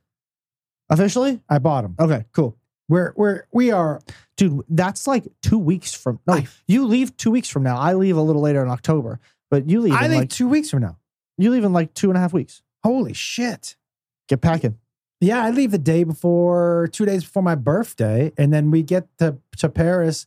[SPEAKER 1] Officially?
[SPEAKER 2] i bought them
[SPEAKER 1] Okay, cool.
[SPEAKER 2] We're we're we are
[SPEAKER 1] Dude, that's like two weeks from no,
[SPEAKER 2] I-
[SPEAKER 1] you leave two weeks from now. I leave a little later in October, but you leave
[SPEAKER 2] I
[SPEAKER 1] in
[SPEAKER 2] think
[SPEAKER 1] like
[SPEAKER 2] two weeks from now.
[SPEAKER 1] you leave in like two and a half weeks.
[SPEAKER 2] Holy shit.
[SPEAKER 1] Get packing.
[SPEAKER 2] Yeah, I leave the day before two days before my birthday, and then we get to, to Paris.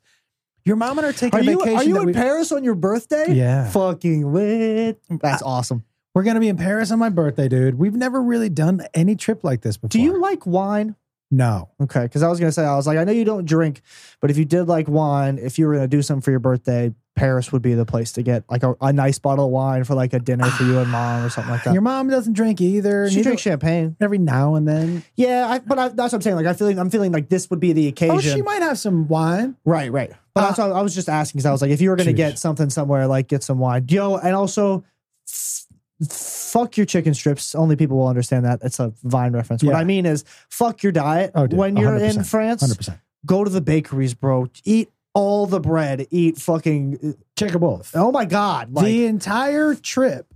[SPEAKER 2] Your mom and I are taking
[SPEAKER 1] Are
[SPEAKER 2] a
[SPEAKER 1] you,
[SPEAKER 2] vacation.
[SPEAKER 1] are you
[SPEAKER 2] that
[SPEAKER 1] in
[SPEAKER 2] we-
[SPEAKER 1] Paris on your birthday?
[SPEAKER 2] Yeah.
[SPEAKER 1] Fucking lit. That's awesome.
[SPEAKER 2] We're gonna be in Paris on my birthday, dude. We've never really done any trip like this before.
[SPEAKER 1] Do you like wine?
[SPEAKER 2] No.
[SPEAKER 1] Okay, because I was gonna say, I was like, I know you don't drink, but if you did like wine, if you were gonna do something for your birthday, Paris would be the place to get like a, a nice bottle of wine for like a dinner for you and mom or something like that.
[SPEAKER 2] Your mom doesn't drink either.
[SPEAKER 1] She
[SPEAKER 2] neither-
[SPEAKER 1] drinks champagne.
[SPEAKER 2] every now and then.
[SPEAKER 1] Yeah, I, but I, that's what I'm saying. Like, I feeling, I'm feeling like this would be the occasion.
[SPEAKER 2] Oh, she might have some wine.
[SPEAKER 1] Right, right. But
[SPEAKER 2] Uh,
[SPEAKER 1] that's what I was just asking because I was like, if you were going to
[SPEAKER 2] Jeez.
[SPEAKER 1] get something somewhere, like get some wine, yo, and also f- fuck your chicken strips. Only people will understand that. It's a vine reference. What
[SPEAKER 2] Yeah.
[SPEAKER 1] I mean is, fuck your diet.
[SPEAKER 2] Oh, dude,
[SPEAKER 1] when you're in
[SPEAKER 2] 100%,
[SPEAKER 1] France,
[SPEAKER 2] Hundred percent.
[SPEAKER 1] go to the bakeries, bro. Eat all the bread. Eat fucking.
[SPEAKER 2] Check a bowl.
[SPEAKER 1] Oh my god, like,
[SPEAKER 2] the entire trip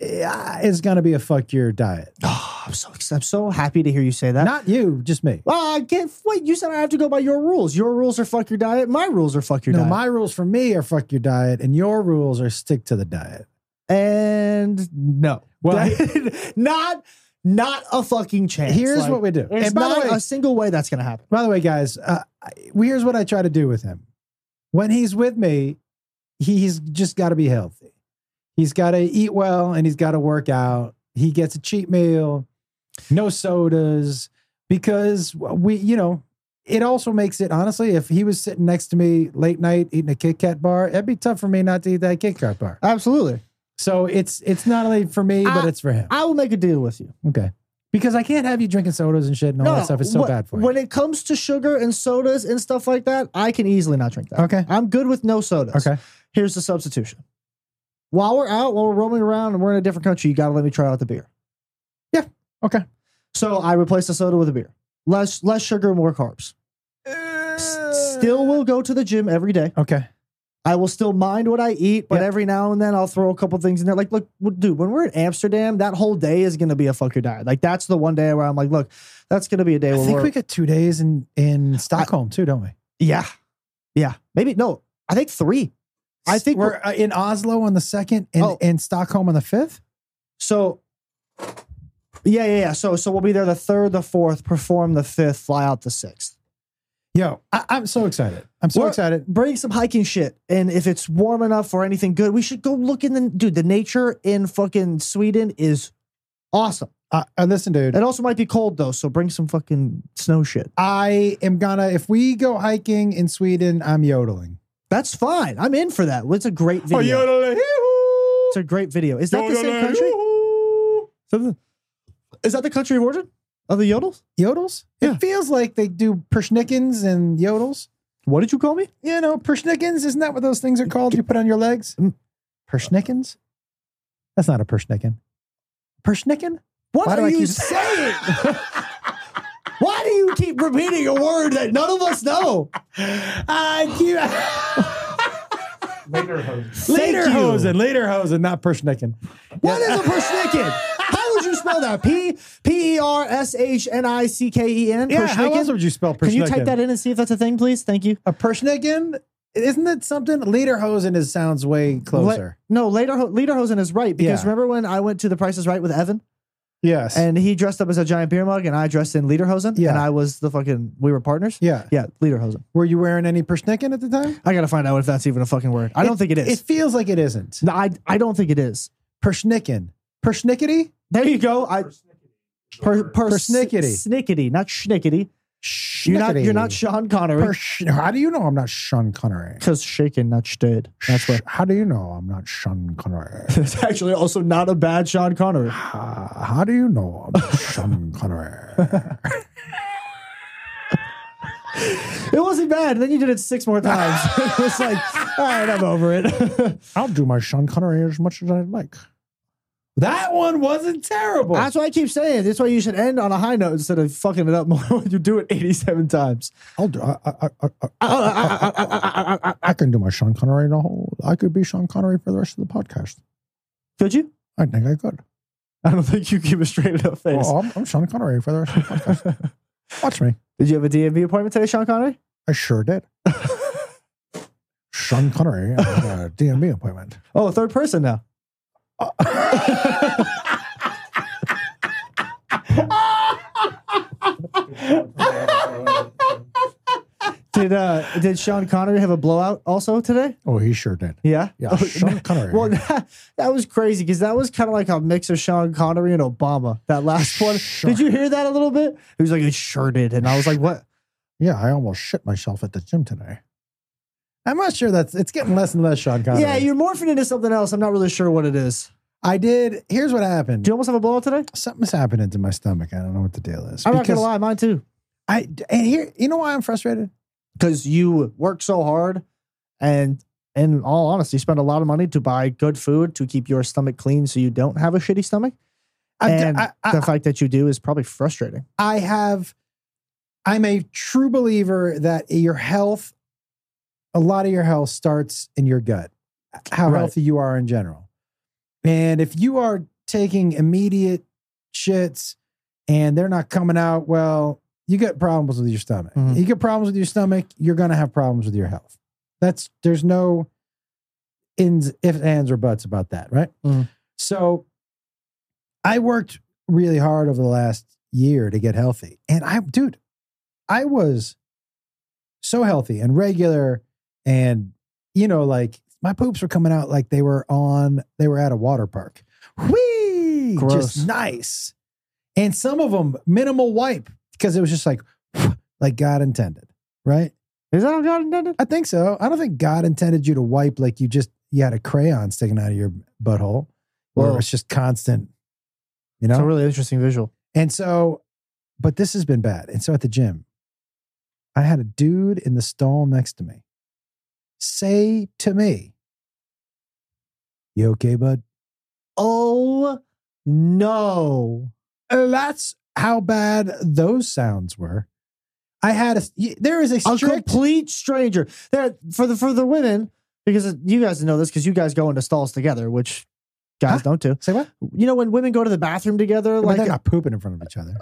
[SPEAKER 2] eh, is gonna be a fuck your diet.
[SPEAKER 1] oh, I'm so ex- I'm so happy to hear you say that.
[SPEAKER 2] Not you, just me.
[SPEAKER 1] well, I can't wait. You said I have to go by your rules. Your rules are fuck your diet. My rules are fuck your
[SPEAKER 2] no,
[SPEAKER 1] diet.
[SPEAKER 2] my rules for me are fuck your diet, and your rules are stick to the diet.
[SPEAKER 1] and no,
[SPEAKER 2] Well-
[SPEAKER 1] not not a fucking chance.
[SPEAKER 2] Here's
[SPEAKER 1] Like,
[SPEAKER 2] what we do.
[SPEAKER 1] There's
[SPEAKER 2] And by
[SPEAKER 1] not
[SPEAKER 2] the way,
[SPEAKER 1] a single way that's gonna happen.
[SPEAKER 2] by the way, guys, uh, I- here's what I try to do with him. When he's with me, he- he's just got to be healthy. He's got to eat well, and he's got to work out. He gets a cheat meal, no sodas, because we, you know, it also makes it honestly. If he was sitting next to me late night eating a Kit Kat bar, it'd be tough for me not to eat that Kit Kat bar.
[SPEAKER 1] Absolutely,
[SPEAKER 2] So it's it's not only for me, but
[SPEAKER 1] I-
[SPEAKER 2] it's for him.
[SPEAKER 1] I will make a deal with you.
[SPEAKER 2] Okay. Because I can't have you drinking sodas and shit and all that stuff. It's so
[SPEAKER 1] wh-
[SPEAKER 2] bad for you.
[SPEAKER 1] When it comes to sugar and sodas and stuff like that, I can easily not drink that.
[SPEAKER 2] Okay.
[SPEAKER 1] I'm good with no sodas.
[SPEAKER 2] Okay.
[SPEAKER 1] here's the substitution. While we're out, while we're roaming around, and we're in a different country, you got to let me try out the beer.
[SPEAKER 2] Yeah. Okay.
[SPEAKER 1] So I replace the soda with a beer. Less less sugar, more carbs. S- Still will go to the gym every day.
[SPEAKER 2] Okay.
[SPEAKER 1] I will still mind what I eat, but
[SPEAKER 2] Yep.
[SPEAKER 1] every now and then I'll throw a couple things in there. Like, look, w- dude, when we're in Amsterdam, that whole day is gonna be a fuck your diet. Like, that's the one day where I'm like, look, that's gonna be a day
[SPEAKER 2] I
[SPEAKER 1] where
[SPEAKER 2] think
[SPEAKER 1] we're,
[SPEAKER 2] we got two days in in Stockholm too, don't we?
[SPEAKER 1] yeah, yeah, maybe no, I think three. I think
[SPEAKER 2] we're, uh, in Oslo on the second and
[SPEAKER 1] Oh.
[SPEAKER 2] in Stockholm on the fifth.
[SPEAKER 1] So, yeah, yeah, yeah. So, so we'll be there the third, the fourth, perform the fifth, fly out the sixth.
[SPEAKER 2] Yo, I, I'm so excited. I'm so
[SPEAKER 1] We're-
[SPEAKER 2] excited.
[SPEAKER 1] Bring some hiking shit, and if it's warm enough or anything good, we should go look in the dude. The nature in fucking Sweden is awesome.
[SPEAKER 2] Uh, uh, listen, dude.
[SPEAKER 1] It also might be cold though, so bring some fucking snow shit.
[SPEAKER 2] I am gonna. If we go hiking in Sweden, I'm yodeling.
[SPEAKER 1] That's fine. I'm in for that. It's a great video.
[SPEAKER 2] yodeling.
[SPEAKER 1] It's a great video. Is that the same country? Is that the- Is that the country of origin of the yodels?
[SPEAKER 2] Yodels?
[SPEAKER 1] Yeah.
[SPEAKER 2] It feels like they do pershnickens and yodels.
[SPEAKER 1] What did you call me?
[SPEAKER 2] You know, pershnickens, isn't that what those things are called you put on your legs?
[SPEAKER 1] Mm.
[SPEAKER 2] Pershnickens? That's not a pershnicken. Pershnicken?
[SPEAKER 1] What
[SPEAKER 2] Why do
[SPEAKER 1] are
[SPEAKER 2] I
[SPEAKER 1] you
[SPEAKER 2] keep-
[SPEAKER 1] saying? Why do you keep repeating a word that none of us know?
[SPEAKER 2] I
[SPEAKER 1] Thank you.
[SPEAKER 2] Lederhosen, Lederhosen, not pershnicken.
[SPEAKER 1] What is a persnicken? How would you spell that? P P E R S H N I C K E N.
[SPEAKER 2] Yeah, how else would you spell pershnicken?
[SPEAKER 1] Can you type that in and see if that's a thing, please? Thank you.
[SPEAKER 2] A pershnicken? Isn't it something? Lederhosen is, sounds way closer.
[SPEAKER 1] Le- no, later Lederhosen is right because
[SPEAKER 2] Yeah.
[SPEAKER 1] remember when I went to The Price is Right with Evan
[SPEAKER 2] yes.
[SPEAKER 1] and he dressed up as a giant beer mug and I dressed in Lederhosen
[SPEAKER 2] Yeah.
[SPEAKER 1] and I was the fucking we were partners.
[SPEAKER 2] yeah.
[SPEAKER 1] Yeah, Lederhosen.
[SPEAKER 2] Were you wearing any pershnicken at the time?
[SPEAKER 1] I gotta find out if that's even a fucking word. I don't think it is.
[SPEAKER 2] It feels like it isn't.
[SPEAKER 1] No, I I don't think it is.
[SPEAKER 2] Pershnicken. Pershnickety?
[SPEAKER 1] There you go. I per, per
[SPEAKER 2] Persnickety.
[SPEAKER 1] snickety, not schnickety. You're not you're not Sean Connery
[SPEAKER 2] Persh- how do you know I'm not Sean Connery?
[SPEAKER 1] because shaken, not stirred. That's what.
[SPEAKER 2] Sh- How do you know I'm not Sean Connery?
[SPEAKER 1] It's actually also not a bad Sean Connery.
[SPEAKER 2] how, how do you know I'm not Sean Connery?
[SPEAKER 1] It wasn't bad. And then you did it six more times. it was like, all right, I'm over it.
[SPEAKER 2] I'll do my Sean Connery as much as I like. That one wasn't terrible.
[SPEAKER 1] That's what I keep saying. That's why you should end on a high note instead of fucking it up more when you do it 87 times.
[SPEAKER 2] I'll do. I, I, I, I, I can do my Sean Connery. The whole. I could be Sean Connery for the rest of the podcast.
[SPEAKER 1] Could you?
[SPEAKER 2] I think I could.
[SPEAKER 1] I don't think you keep a straight enough face.
[SPEAKER 2] Oh, I'm, I'm Sean Connery for the rest of the podcast. Watch me.
[SPEAKER 1] Did you have a DMV appointment today, Sean Connery?
[SPEAKER 2] I sure did. Sean Connery at a DMV appointment.
[SPEAKER 1] Oh, third person now. Did uh did Sean Connery have a blowout also today?
[SPEAKER 2] Oh, he sure did.
[SPEAKER 1] Yeah.
[SPEAKER 2] Yeah,
[SPEAKER 1] Oh,
[SPEAKER 2] Sean Connery.
[SPEAKER 1] Well, that, that was crazy because that was kind of like a mix of Sean Connery and Obama. That last one.
[SPEAKER 2] Sure.
[SPEAKER 1] Did you hear that a little bit? He was like, "It sure did," and I was like, "What?"
[SPEAKER 2] yeah, I almost shit myself at the gym today. I'm not sure that's it's getting less and less Sean Connery.
[SPEAKER 1] Yeah, you're morphing into something else. I'm not really sure what it is.
[SPEAKER 2] I did. Here's what happened.
[SPEAKER 1] Do you almost have a blowout today?
[SPEAKER 2] Something's happening to my stomach. I don't know what the deal is.
[SPEAKER 1] I'm not gonna
[SPEAKER 2] Because
[SPEAKER 1] lie, mine too.
[SPEAKER 2] I and here you know why I'm frustrated?
[SPEAKER 1] Because you work so hard, and in all honesty, spend a lot of money to buy good food to keep your stomach clean, so you don't have a shitty stomach.
[SPEAKER 2] I'm t-
[SPEAKER 1] and
[SPEAKER 2] I, I-
[SPEAKER 1] the fact that you do is probably frustrating.
[SPEAKER 2] I have. I'm a true believer that your health, a lot of your health starts in your gut, how
[SPEAKER 1] Right.
[SPEAKER 2] healthy you are in general. And if you are taking immediate shits and they're not coming out well, you get problems with your stomach.
[SPEAKER 1] Mhm.
[SPEAKER 2] You get problems with your stomach, you're going to have problems with your health. That's there's no ins, ifs, ands, or buts about that, right?
[SPEAKER 1] Mhm.
[SPEAKER 2] So I worked really hard over the last year to get healthy. And I, dude, I was so healthy and regular and, you know, like my poops were coming out like they were on, they were at a water park. Whee!
[SPEAKER 1] Gross.
[SPEAKER 2] Just nice. And some of them minimal wipe because it was just like, like God intended, right?
[SPEAKER 1] Is that how God intended?
[SPEAKER 2] I think so. I don't think God intended you to wipe like you just, you had a crayon sticking out of your butthole
[SPEAKER 1] Whoa.
[SPEAKER 2] or it's just constant, you know?
[SPEAKER 1] It's a really interesting visual.
[SPEAKER 2] And so, but this has been bad. And so at the gym, I had a dude in the stall next to me say to me, You okay, bud?
[SPEAKER 1] Oh no.
[SPEAKER 2] And Uh, that's how bad those sounds were. I had a, y- there is a
[SPEAKER 1] a
[SPEAKER 2] strict,
[SPEAKER 1] complete stranger. There for the for the women because you guys know this because you guys go into stalls together, which guys
[SPEAKER 2] Huh?
[SPEAKER 1] don't do.
[SPEAKER 2] say what?
[SPEAKER 1] You know when women go to the bathroom together,
[SPEAKER 2] But
[SPEAKER 1] like
[SPEAKER 2] they're not pooping in front of each other.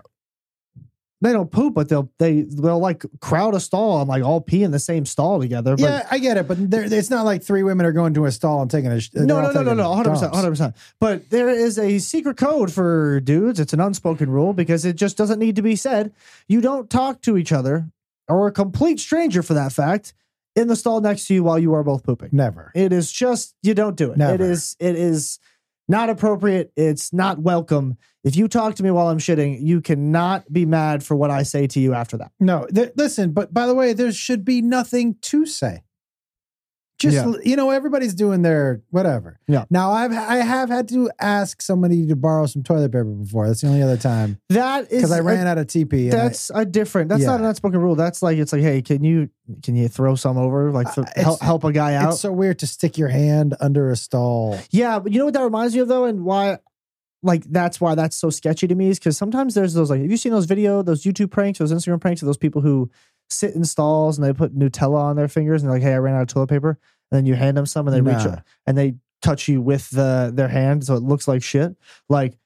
[SPEAKER 1] they don't poop, but they'll they they'll like crowd a stall and like all pee in the same stall together. But
[SPEAKER 2] yeah, I get it. But there, it's not like three women are going to a stall and taking a, sh- they're
[SPEAKER 1] No,
[SPEAKER 2] all
[SPEAKER 1] no, no, no,
[SPEAKER 2] taking
[SPEAKER 1] no, 100%,
[SPEAKER 2] dumps.
[SPEAKER 1] 100%. But there is a secret code for dudes. It's an unspoken rule because it just doesn't need to be said. You don't talk to each other or a complete stranger for that fact, in the stall next to you while you are both pooping.
[SPEAKER 2] Never.
[SPEAKER 1] It is just you don't do it. It
[SPEAKER 2] Never.
[SPEAKER 1] is it is not appropriate. It's not welcome. If you talk to me while I'm shitting, you cannot be mad for what I say to you after that.
[SPEAKER 2] No, th- listen, but by the way, there should be nothing to say. Just
[SPEAKER 1] Yeah.
[SPEAKER 2] l- you know, everybody's doing their whatever.
[SPEAKER 1] Yeah.
[SPEAKER 2] Now I've I have had to ask somebody to borrow some toilet paper before. That's the only other time
[SPEAKER 1] That is
[SPEAKER 2] because I
[SPEAKER 1] a-
[SPEAKER 2] ran out of TP. and I-
[SPEAKER 1] that's a different. That's
[SPEAKER 2] Yeah.
[SPEAKER 1] not an unspoken rule. That's like it's like, hey, can you can you throw some over like
[SPEAKER 2] Uh,
[SPEAKER 1] th-
[SPEAKER 2] it's-
[SPEAKER 1] help help a guy out?
[SPEAKER 2] it's so weird to stick your hand under a stall.
[SPEAKER 1] Yeah, but you know what that reminds me of though, and why, like that's why that's so sketchy to me is because sometimes there's those like, have you seen those video, those YouTube pranks, those Instagram pranks of those people who sit in stalls and they put Nutella on their fingers and they're like, hey, I ran out of toilet paper, and then you hand them some and they reach
[SPEAKER 2] Nah.
[SPEAKER 1] up and they touch you with the their hand, so it looks like shit. Like,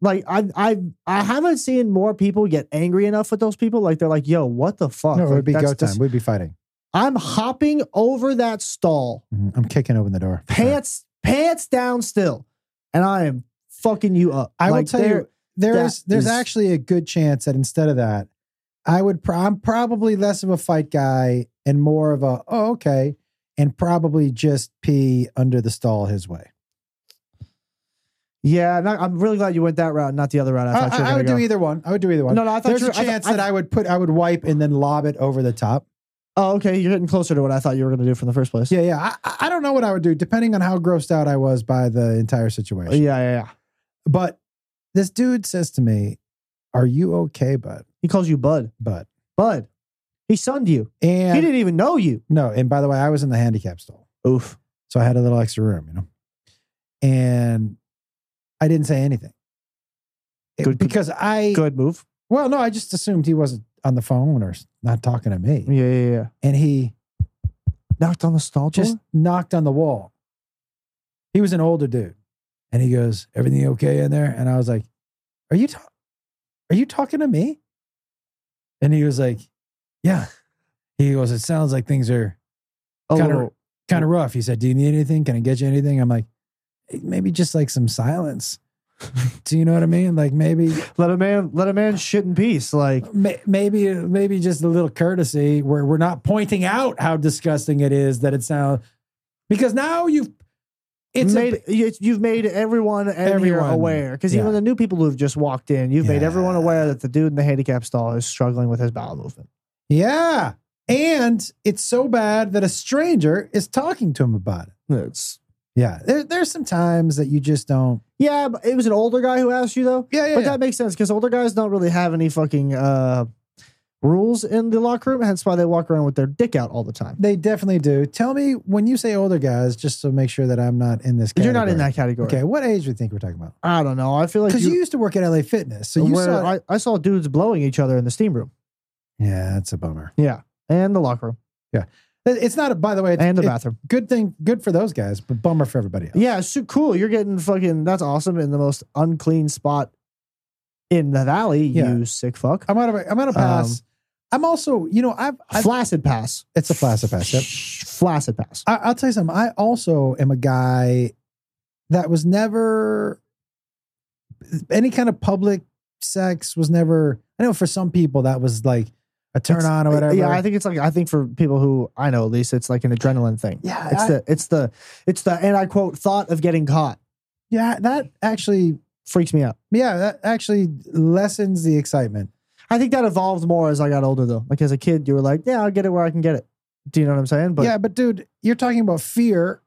[SPEAKER 1] like I I I haven't seen more people get angry enough with those people. Like they're like, yo, what the fuck?
[SPEAKER 2] no, it
[SPEAKER 1] Like,
[SPEAKER 2] would be
[SPEAKER 1] that's
[SPEAKER 2] go
[SPEAKER 1] dis-
[SPEAKER 2] time. We'd be fighting.
[SPEAKER 1] I'm hopping over that stall
[SPEAKER 2] Mhm. I'm kicking open the door.
[SPEAKER 1] pants pants down still, and I am fucking you up.
[SPEAKER 2] I
[SPEAKER 1] Like,
[SPEAKER 2] will tell
[SPEAKER 1] there-
[SPEAKER 2] you, there
[SPEAKER 1] that
[SPEAKER 2] is there's
[SPEAKER 1] is-
[SPEAKER 2] actually a good chance that instead of that, I would pro- I'm probably less of a fight guy and more of a oh okay, and probably just pee under the stall his way.
[SPEAKER 1] Yeah, and I- I'm really glad you went that route, not the other route. I
[SPEAKER 2] I,
[SPEAKER 1] thought you
[SPEAKER 2] I
[SPEAKER 1] were going
[SPEAKER 2] would
[SPEAKER 1] to
[SPEAKER 2] do
[SPEAKER 1] go.
[SPEAKER 2] either one. I would do either one.
[SPEAKER 1] No, no, I thought
[SPEAKER 2] there's
[SPEAKER 1] you
[SPEAKER 2] a
[SPEAKER 1] were, I
[SPEAKER 2] chance
[SPEAKER 1] thought,
[SPEAKER 2] that I would put I would wipe and then lob it over the top.
[SPEAKER 1] Oh, okay, you're getting closer to what I thought you were going to do from the first place.
[SPEAKER 2] Yeah, yeah. I- I, I don't know what I would do depending on how grossed out I was by the entire
[SPEAKER 1] yeah,
[SPEAKER 2] situation.
[SPEAKER 1] yeah, yeah.
[SPEAKER 2] But this dude says to me, "Are you okay, bud?
[SPEAKER 1] He calls you Bud.
[SPEAKER 2] Bud?"
[SPEAKER 1] Bud, he sunned you.
[SPEAKER 2] And
[SPEAKER 1] He didn't even know you.
[SPEAKER 2] no. And by the way, I was in the handicap stall.
[SPEAKER 1] Oof.
[SPEAKER 2] So I had a little extra room, you know. And I didn't say anything. It-
[SPEAKER 1] Good-
[SPEAKER 2] because I
[SPEAKER 1] Good move.
[SPEAKER 2] well, no, I just assumed he wasn't on the phone or s- not talking to me.
[SPEAKER 1] Yeah, yeah, yeah.
[SPEAKER 2] And he
[SPEAKER 1] Knocked on the stall door.
[SPEAKER 2] just knocked on the wall. He was an older dude. And he goes, "Everything okay in there?" And I was like, "Are you ta- Are you talking to me?" And he was like, "Yeah." He goes, "It sounds like things are
[SPEAKER 1] a
[SPEAKER 2] kinda-
[SPEAKER 1] little-
[SPEAKER 2] kind of rough. He said, Do you need anything? Can I get you anything? I'm like, "Hey, Maybe just like some silence. Do you know what I mean? Like maybe,
[SPEAKER 1] let a man let a man shit in peace. Like
[SPEAKER 2] may- maybe, maybe just a little courtesy where we're not pointing out how disgusting it is that it sounds because now you've, it's a-
[SPEAKER 1] made you- you've made everyone and
[SPEAKER 2] Everyone.
[SPEAKER 1] everyone aware because even
[SPEAKER 2] Yeah.
[SPEAKER 1] the new people who've just walked in, you've made everyone
[SPEAKER 2] Yeah.
[SPEAKER 1] aware that the dude in the handicap stall is struggling with his bowel movement.
[SPEAKER 2] yeah. And it's so bad that a stranger is talking to him about it.
[SPEAKER 1] It's
[SPEAKER 2] Yeah. There, there's some times that you just don't.
[SPEAKER 1] yeah, but it was an older guy who asked you though,
[SPEAKER 2] Yeah. Yeah.
[SPEAKER 1] but
[SPEAKER 2] yeah.
[SPEAKER 1] that makes sense because older guys don't really have any fucking uh, rules in the locker room. Hence why they walk around with their dick out all the time.
[SPEAKER 2] they definitely do. Tell me when you say older guys, just to make sure that I'm not in this. Category.
[SPEAKER 1] You're not in that category.
[SPEAKER 2] Okay, what age do you think we're talking about?
[SPEAKER 1] I don't know. I feel like
[SPEAKER 2] Because
[SPEAKER 1] you,
[SPEAKER 2] you, used to work at LA Fitness, so you
[SPEAKER 1] where
[SPEAKER 2] saw.
[SPEAKER 1] I, I saw dudes blowing each other in the steam room.
[SPEAKER 2] yeah, that's a bummer.
[SPEAKER 1] Yeah, and the locker room
[SPEAKER 2] It- It's not. A, by the way, it's,
[SPEAKER 1] and the
[SPEAKER 2] it's
[SPEAKER 1] bathroom.
[SPEAKER 2] good thing, good for those guys, but bummer for everybody else.
[SPEAKER 1] Yeah, so cool. You're getting fucking that's awesome in the most unclean spot in the valley,
[SPEAKER 2] Yeah.
[SPEAKER 1] you sick fuck.
[SPEAKER 2] I'm out of. I'm
[SPEAKER 1] Um,
[SPEAKER 2] out of pass. I'm also. You know, I've. I've
[SPEAKER 1] Flaccid pass.
[SPEAKER 2] it's a flaccid pass. Yep.
[SPEAKER 1] Flaccid pass.
[SPEAKER 2] I, I'll tell you something. I also am a guy that was never any kind of public sex was never. I know for some people that was like a turn
[SPEAKER 1] It's-
[SPEAKER 2] on or whatever.
[SPEAKER 1] Yeah, I think it's like I think for people who I know at least it's like an adrenaline thing.
[SPEAKER 2] yeah,
[SPEAKER 1] It's
[SPEAKER 2] I-
[SPEAKER 1] the it's the it's the and I quote thought of getting caught
[SPEAKER 2] yeah. That actually
[SPEAKER 1] freaks me out.
[SPEAKER 2] Yeah, that actually lessens the excitement.
[SPEAKER 1] I think that evolved more as I got older though. Like as a kid, you were like, yeah, I'll get it where I can get it. Do you know what I'm saying? But
[SPEAKER 2] yeah, but dude, you're talking about fear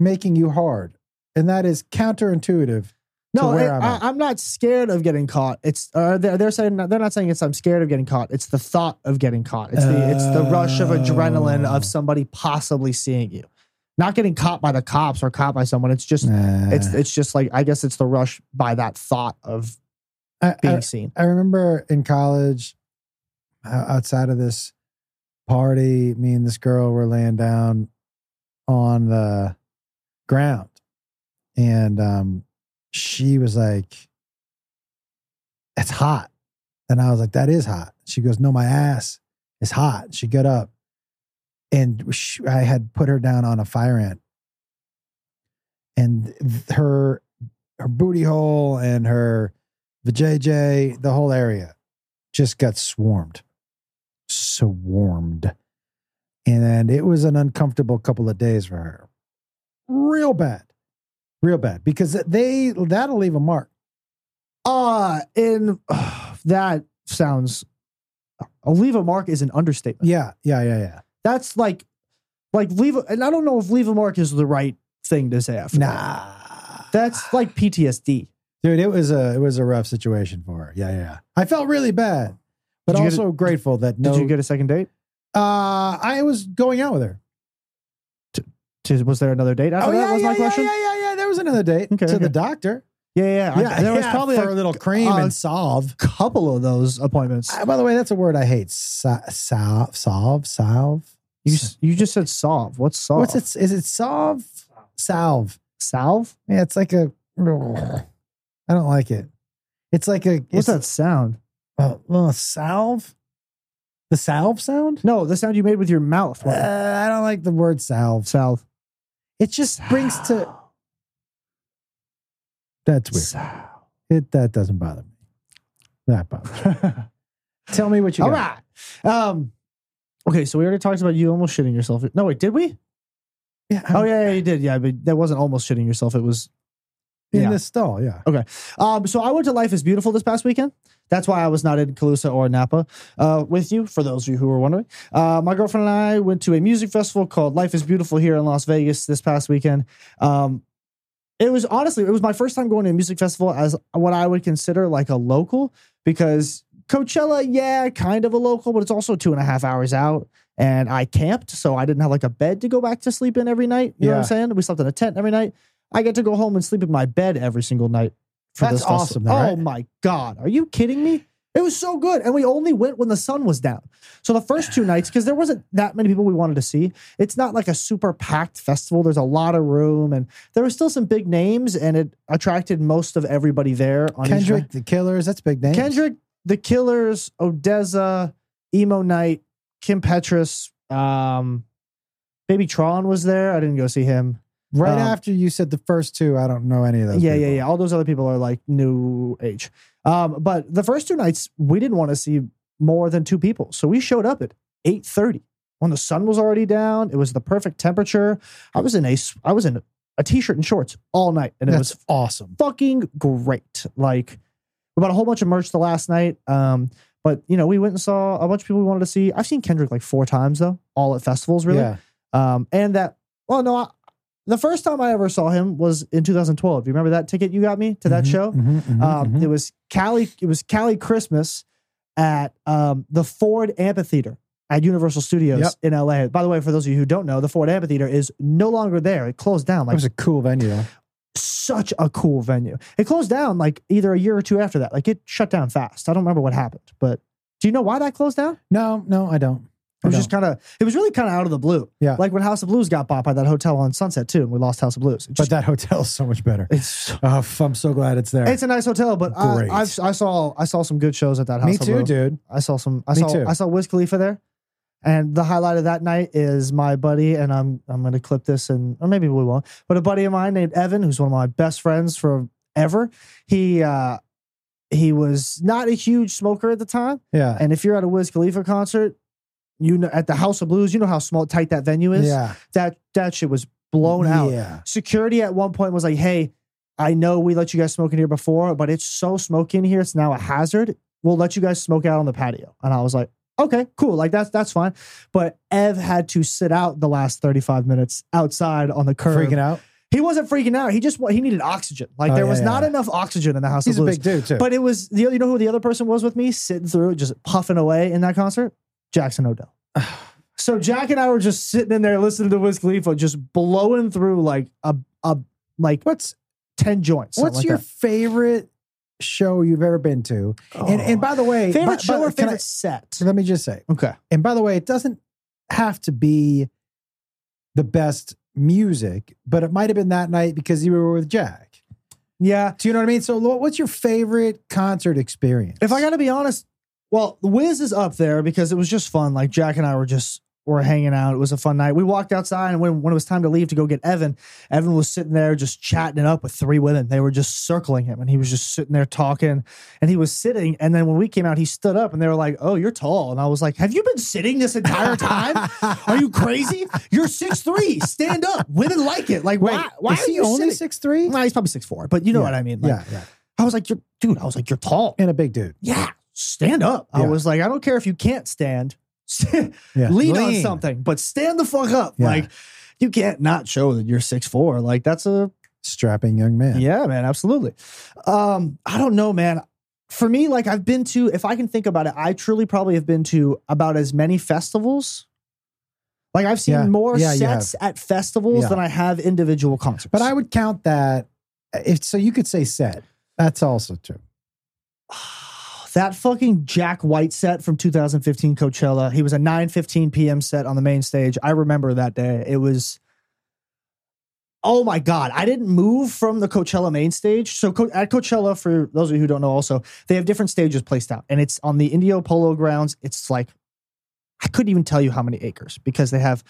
[SPEAKER 2] making you hard, and that is counterintuitive.
[SPEAKER 1] No,
[SPEAKER 2] to where
[SPEAKER 1] it-
[SPEAKER 2] I'm
[SPEAKER 1] I,
[SPEAKER 2] at.
[SPEAKER 1] I'm not scared of getting caught. It's uh, they're, they're saying they're not saying it's I'm scared of getting caught. It's the thought of getting caught. It's the it's the rush of adrenaline
[SPEAKER 2] Oh.
[SPEAKER 1] of somebody possibly seeing you, not getting caught by the cops or caught by someone. It's just it's it's just like I guess it's the rush by that thought of
[SPEAKER 2] I,
[SPEAKER 1] being
[SPEAKER 2] I-
[SPEAKER 1] seen.
[SPEAKER 2] I remember in college, o- outside of this party, me and this girl were laying down on the ground, and um, she was like, "It's hot," and I was like, "That is hot." She goes, "No, my ass is hot." She got up, and sh I had put her down on a fire ant, and th- her her booty hole and her the JJ, the whole area just got swarmed. swarmed. And it was an uncomfortable couple of days for her. Real bad. Real bad. Because they that'll leave a mark.
[SPEAKER 1] Ah, and that sounds. Leave a mark is an understatement.
[SPEAKER 2] Yeah, yeah, yeah, yeah.
[SPEAKER 1] That's like, like leave. And I don't know if leave a mark is the right thing to say after. that.
[SPEAKER 2] Nah.
[SPEAKER 1] that's like PTSD.
[SPEAKER 2] Dude, it was a it was a rough situation for her. Yeah, yeah, yeah. I felt really bad, but
[SPEAKER 1] Did you get
[SPEAKER 2] also grateful that no.
[SPEAKER 1] Did you get a second date?
[SPEAKER 2] uh, I was going out with her.
[SPEAKER 1] Did- Was there another date? After
[SPEAKER 2] oh
[SPEAKER 1] that
[SPEAKER 2] yeah,
[SPEAKER 1] was
[SPEAKER 2] yeah,
[SPEAKER 1] my
[SPEAKER 2] yeah,
[SPEAKER 1] question.
[SPEAKER 2] yeah, yeah, yeah. There was another date
[SPEAKER 1] Okay,
[SPEAKER 2] to
[SPEAKER 1] okay.
[SPEAKER 2] the doctor.
[SPEAKER 1] Yeah, yeah. I- there was
[SPEAKER 2] yeah,
[SPEAKER 1] probably
[SPEAKER 2] for
[SPEAKER 1] a
[SPEAKER 2] a little cream
[SPEAKER 1] uh,
[SPEAKER 2] and solve.
[SPEAKER 1] couple of those appointments.
[SPEAKER 2] Uh, by the way, that's a word I hate. So, solve, solve, solve.
[SPEAKER 1] you s- you just said solve. What's solve?
[SPEAKER 2] What's it? Is it solve? Salve.
[SPEAKER 1] Salve?
[SPEAKER 2] Yeah, it's like a. I don't like it. It's like a.
[SPEAKER 1] What's
[SPEAKER 2] it's,
[SPEAKER 1] that sound?
[SPEAKER 2] Uh, uh, salve. The salve sound.
[SPEAKER 1] No, the sound you made with your mouth.
[SPEAKER 2] Uh, I don't like the word salve.
[SPEAKER 1] Salve.
[SPEAKER 2] It just brings to. That's weird.
[SPEAKER 1] Salve.
[SPEAKER 2] It that doesn't bother me. That bothers. Me. Tell me what you
[SPEAKER 1] All
[SPEAKER 2] got.
[SPEAKER 1] right. Um, okay, so we already talked about you almost shitting yourself. No, wait, did we?
[SPEAKER 2] Yeah, I'm
[SPEAKER 1] Oh yeah, yeah, you did. Yeah, but that wasn't almost shitting yourself. It was.
[SPEAKER 2] in
[SPEAKER 1] yeah.
[SPEAKER 2] the stall. Yeah.
[SPEAKER 1] Um, so I went to Life Is Beautiful this past weekend. That's why I was not in Calusa or Napa uh, with you. For those of you who were wondering, uh, my girlfriend and I went to a music festival called Life Is Beautiful here in Las Vegas this past weekend. Um, it was honestly, it was my first time going to a music festival as what I would consider like a local because Coachella, yeah, kind of a local, but it's also two and a half hours out. And I camped, so I didn't have like a bed to go back to sleep in every night. You know what I'm
[SPEAKER 2] Yeah.
[SPEAKER 1] saying? We slept in a tent every night. I get to go home and sleep in my bed every single night. for
[SPEAKER 2] That's
[SPEAKER 1] this festival.
[SPEAKER 2] awesome though,
[SPEAKER 1] oh
[SPEAKER 2] right?
[SPEAKER 1] my god, are you kidding me? It was so good, and we only went when the sun was down. So the first two nights, because there wasn't that many people we wanted to see, it's not like a super packed festival. There's a lot of room, and there were still some big names, and it attracted most of everybody there. On each
[SPEAKER 2] Kendrick, the Killers. That's big name.
[SPEAKER 1] Kendrick, The Killers, Odessa, Emo Knight, Kim Petras, um, Baby Tron was there. I didn't go see him.
[SPEAKER 2] Right
[SPEAKER 1] Um,
[SPEAKER 2] after you said the first two, I don't know any of those.
[SPEAKER 1] yeah, yeah,
[SPEAKER 2] people.
[SPEAKER 1] yeah. All those other people are like new age. Um, but the first two nights, we didn't want to see more than two people, so we showed up at eight thirty when the sun was already down. It was the perfect temperature. I was in a s- I was in a t-shirt and shorts all night, and it
[SPEAKER 2] That's
[SPEAKER 1] was
[SPEAKER 2] awesome.
[SPEAKER 1] fucking great. Like we bought a whole bunch of merch the last night. Um, but you know, we went and saw a bunch of people we wanted to see. I've seen Kendrick like four times though, all at festivals, really.
[SPEAKER 2] Yeah.
[SPEAKER 1] Um, and that, well, no, I, the first time I ever saw him was in 2012. You remember that ticket you got me to that
[SPEAKER 2] Mhm,
[SPEAKER 1] show?
[SPEAKER 2] mhm, mhm,
[SPEAKER 1] Um,
[SPEAKER 2] mhm.
[SPEAKER 1] It was Cali. It was Cali Christmas at um, the Ford Amphitheater at Universal Studios
[SPEAKER 2] Yep.
[SPEAKER 1] in LA. By the way, for those of you who don't know, the Ford Amphitheater is no longer there. It closed down.
[SPEAKER 2] That
[SPEAKER 1] Like
[SPEAKER 2] was a cool venue. Though.
[SPEAKER 1] such a cool venue. It closed down like either a year or two after that. Like it shut down fast. I don't remember what happened, but do you know why that closed down?
[SPEAKER 2] No, no, I don't.
[SPEAKER 1] It
[SPEAKER 2] I
[SPEAKER 1] was just kind of. It was really kind of out of the blue.
[SPEAKER 2] Yeah.
[SPEAKER 1] like when House of Blues got bought by that hotel on Sunset too, and we lost House of Blues. It
[SPEAKER 2] But
[SPEAKER 1] just-
[SPEAKER 2] that hotel's so much better.
[SPEAKER 1] it's
[SPEAKER 2] Oh, f- I'm so glad it's there.
[SPEAKER 1] it's a nice hotel, but I,
[SPEAKER 2] Great.
[SPEAKER 1] I've, I saw I saw some good shows at that house.
[SPEAKER 2] Me
[SPEAKER 1] of
[SPEAKER 2] too,
[SPEAKER 1] Blues.
[SPEAKER 2] dude.
[SPEAKER 1] I saw some. I
[SPEAKER 2] Me
[SPEAKER 1] saw
[SPEAKER 2] too.
[SPEAKER 1] I saw Wiz Khalifa there, and the highlight of that night is my buddy and I'm I'm gonna clip this and or maybe we won't. But a buddy of mine named Evan, who's one of my best friends forever, he uh, he was not a huge smoker at the time.
[SPEAKER 2] Yeah.
[SPEAKER 1] And if you're at a Wiz Khalifa concert, you know at the House of Blues, you know how small tight that venue is.
[SPEAKER 2] yeah.
[SPEAKER 1] That that shit was blown out
[SPEAKER 2] Yeah.
[SPEAKER 1] security at one point was like, "Hey, I know we let you guys smoke in here before, but it's so smoky in here; it's now a hazard. We'll let you guys smoke out on the patio." And I was like, "Okay, cool. Like that's that's fine." But Ev had to sit out the last thirty five minutes outside on the curb.
[SPEAKER 2] Freaking out.
[SPEAKER 1] He wasn't freaking out. He just wa- he needed oxygen. Like
[SPEAKER 2] Oh,
[SPEAKER 1] there
[SPEAKER 2] yeah,
[SPEAKER 1] was
[SPEAKER 2] yeah,
[SPEAKER 1] not
[SPEAKER 2] yeah.
[SPEAKER 1] enough oxygen in the house.
[SPEAKER 2] He's
[SPEAKER 1] of
[SPEAKER 2] a
[SPEAKER 1] Blues.
[SPEAKER 2] big dude too.
[SPEAKER 1] But it was the you know who the other person was with me sitting through it, just puffing away in that concert? Jackson Odell. so Jack and I were just sitting in there listening to Wiz Khalifa, just blowing through like a a like
[SPEAKER 2] what's
[SPEAKER 1] ten joints. something
[SPEAKER 2] what's your favorite show you've ever been to?
[SPEAKER 1] like that.
[SPEAKER 2] And and by the way,
[SPEAKER 1] favorite
[SPEAKER 2] by- by-
[SPEAKER 1] show or
[SPEAKER 2] can I-
[SPEAKER 1] favorite set?
[SPEAKER 2] let me just say,
[SPEAKER 1] Okay,
[SPEAKER 2] And by the way, it doesn't have to be the best music, but it might have been that night because you were with Jack.
[SPEAKER 1] yeah.
[SPEAKER 2] Do you know what I mean? So, Lo- what's your favorite concert experience?
[SPEAKER 1] If I got to be honest, well, Wiz is up there because it was just fun. Like Jack and I were just were hanging out. It was a fun night. We walked outside, and when, when it was time to leave to go get Evan, Evan was sitting there just chatting it up with three women. They were just circling him, and he was just sitting there talking. And he was sitting, and then when we came out, he stood up, and they were like, "Oh, you're tall." And I was like, "Have you been sitting this entire time? Are you crazy? You're six three. Stand up. Women like it. Like, why? Why
[SPEAKER 2] is
[SPEAKER 1] are
[SPEAKER 2] he
[SPEAKER 1] you
[SPEAKER 2] only
[SPEAKER 1] only sitting?
[SPEAKER 2] six three?
[SPEAKER 1] Nah, he's probably six four, but you know
[SPEAKER 2] Yeah.
[SPEAKER 1] what I mean. Like,
[SPEAKER 2] yeah, yeah.
[SPEAKER 1] I was like, you're, dude, I was like, you're tall.
[SPEAKER 2] And a big dude.
[SPEAKER 1] Yeah, stand up. I
[SPEAKER 2] Yeah.
[SPEAKER 1] was like, I don't care if you can't stand, lean,
[SPEAKER 2] Yeah.
[SPEAKER 1] on
[SPEAKER 2] Lean.
[SPEAKER 1] something, but stand the fuck up.
[SPEAKER 2] Yeah.
[SPEAKER 1] Like, you can't not show that you're six four. Like, that's a
[SPEAKER 2] Strapping young man.
[SPEAKER 1] yeah, man, absolutely. Um, I don't know, man. For me, like I've been to, if I can think about it, I truly probably have been to about as many festivals. Like I've seen
[SPEAKER 2] Yeah.
[SPEAKER 1] more
[SPEAKER 2] Yeah, you
[SPEAKER 1] sets at festivals
[SPEAKER 2] Yeah.
[SPEAKER 1] than I have individual concerts.
[SPEAKER 2] But I would count that if so you could say set. That's also true.
[SPEAKER 1] That fucking Jack White set from 2015 Coachella. He was a 9:15 p.m. set on the main stage. I remember that day. It was Oh my god, I didn't move from the Coachella main stage. So Co- at Coachella for those of you who don't know also, they have different stages placed out and it's on the Indio Polo grounds. It's like I couldn't even tell you how many acres because they have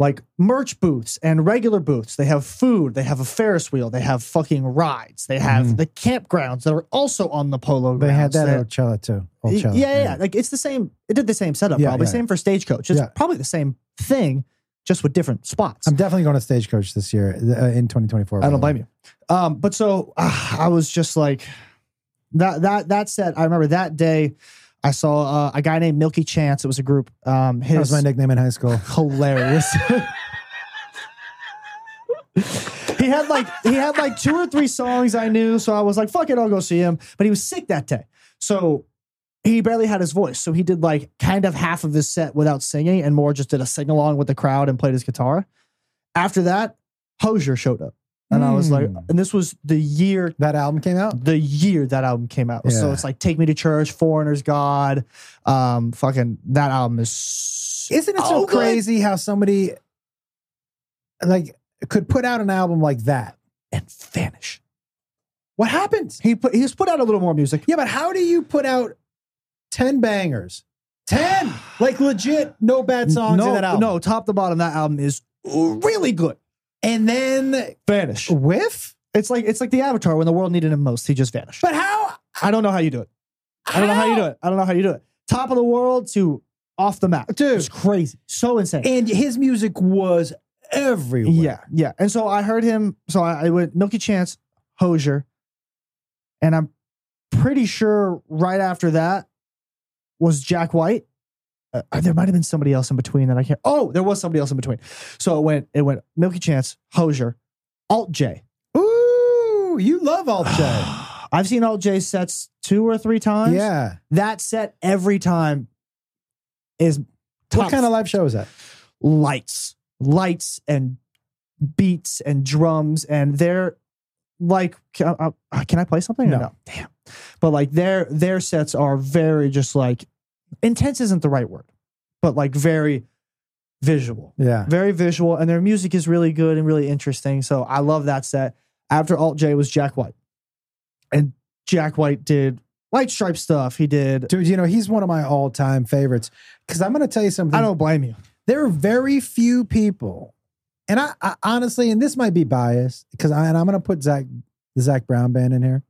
[SPEAKER 1] like merch booths and regular booths. They have food. They have a Ferris wheel. They have fucking rides. They have
[SPEAKER 2] Mhm.
[SPEAKER 1] the campgrounds that are also on the polo grounds.
[SPEAKER 2] They had that
[SPEAKER 1] that-
[SPEAKER 2] at Ocella too.
[SPEAKER 1] yeah,
[SPEAKER 2] Ocella,
[SPEAKER 1] yeah, yeah. Like it's the same. It did the same setup,
[SPEAKER 2] Yeah,
[SPEAKER 1] probably
[SPEAKER 2] yeah,
[SPEAKER 1] same for stagecoach. It's
[SPEAKER 2] Yeah.
[SPEAKER 1] probably the same thing, just with different spots.
[SPEAKER 2] I'm definitely going to stagecoach this year uh, in 2024.
[SPEAKER 1] I don't blame you. Um, but so ah, I was just like that. That that said, I remember that day. I saw uh, a guy named Milky Chance. It was a group. Um, his
[SPEAKER 2] That was my nickname in high school.
[SPEAKER 1] hilarious. he had like he had like two or three songs I knew, so I was like, "Fuck it, I'll go see him." But he was sick that day, so he barely had his voice. So he did like kind of half of his set without singing, and more just did a sing along with the crowd and played his guitar. After that, Hosier showed up, and I was like,
[SPEAKER 2] Hmm.
[SPEAKER 1] and this was the year
[SPEAKER 2] That album came out.
[SPEAKER 1] the year that album came out. So
[SPEAKER 2] Yeah.
[SPEAKER 1] it's like Take Me to Church, Foreigner's God, um, fucking that album is
[SPEAKER 2] Isn't it so
[SPEAKER 1] Oh, good.
[SPEAKER 2] crazy how somebody like could put out an album like that?
[SPEAKER 1] and vanish.
[SPEAKER 2] What happened?
[SPEAKER 1] He put he's put out a little more music.
[SPEAKER 2] Yeah, but how do you put out 10 bangers? 10! Like legit, no bad songs
[SPEAKER 1] no,
[SPEAKER 2] in that album.
[SPEAKER 1] no, top to bottom, that album is really good.
[SPEAKER 2] And then
[SPEAKER 1] Vanish.
[SPEAKER 2] whiff?
[SPEAKER 1] It's like it's like the Avatar when the world needed him most, he just vanished.
[SPEAKER 2] But how?
[SPEAKER 1] I don't know how you do it. I don't know how you do it. I don't know how you do it. Top of the world to off the map,
[SPEAKER 2] Dude.
[SPEAKER 1] It's crazy, so insane.
[SPEAKER 2] And his music was everywhere.
[SPEAKER 1] yeah, yeah. And so I heard him. So I, I went Milky Chance, Hosier, and I'm pretty sure right after that was Jack White. Uh, there might have been somebody else in between that I can't. Oh, there was somebody else in between. So it went. It went Milky Chance, Hosier, Alt J.
[SPEAKER 2] Ooh, you love Alt J.
[SPEAKER 1] I've seen Alt J sets two or three times.
[SPEAKER 2] yeah.
[SPEAKER 1] that set every time is top
[SPEAKER 2] What kind of live show is that?
[SPEAKER 1] lights, lights and beats and drums, and they're like, can I, uh, can I play something? or
[SPEAKER 2] No.
[SPEAKER 1] damn. But like their their sets are very just like intense isn't the right word, but like very visual,
[SPEAKER 2] Yeah.
[SPEAKER 1] very visual, and their music is really good and really interesting. So I love that set. After Alt J was Jack White, and Jack White did White Stripe stuff. He did.
[SPEAKER 2] Dude, you know, he's one of my all time favorites. Because I'm going to tell you something.
[SPEAKER 1] I don't blame you.
[SPEAKER 2] there are very few people, and I, I honestly, and this might be biased because I and I'm going to put Zach the Zach Brown band in here.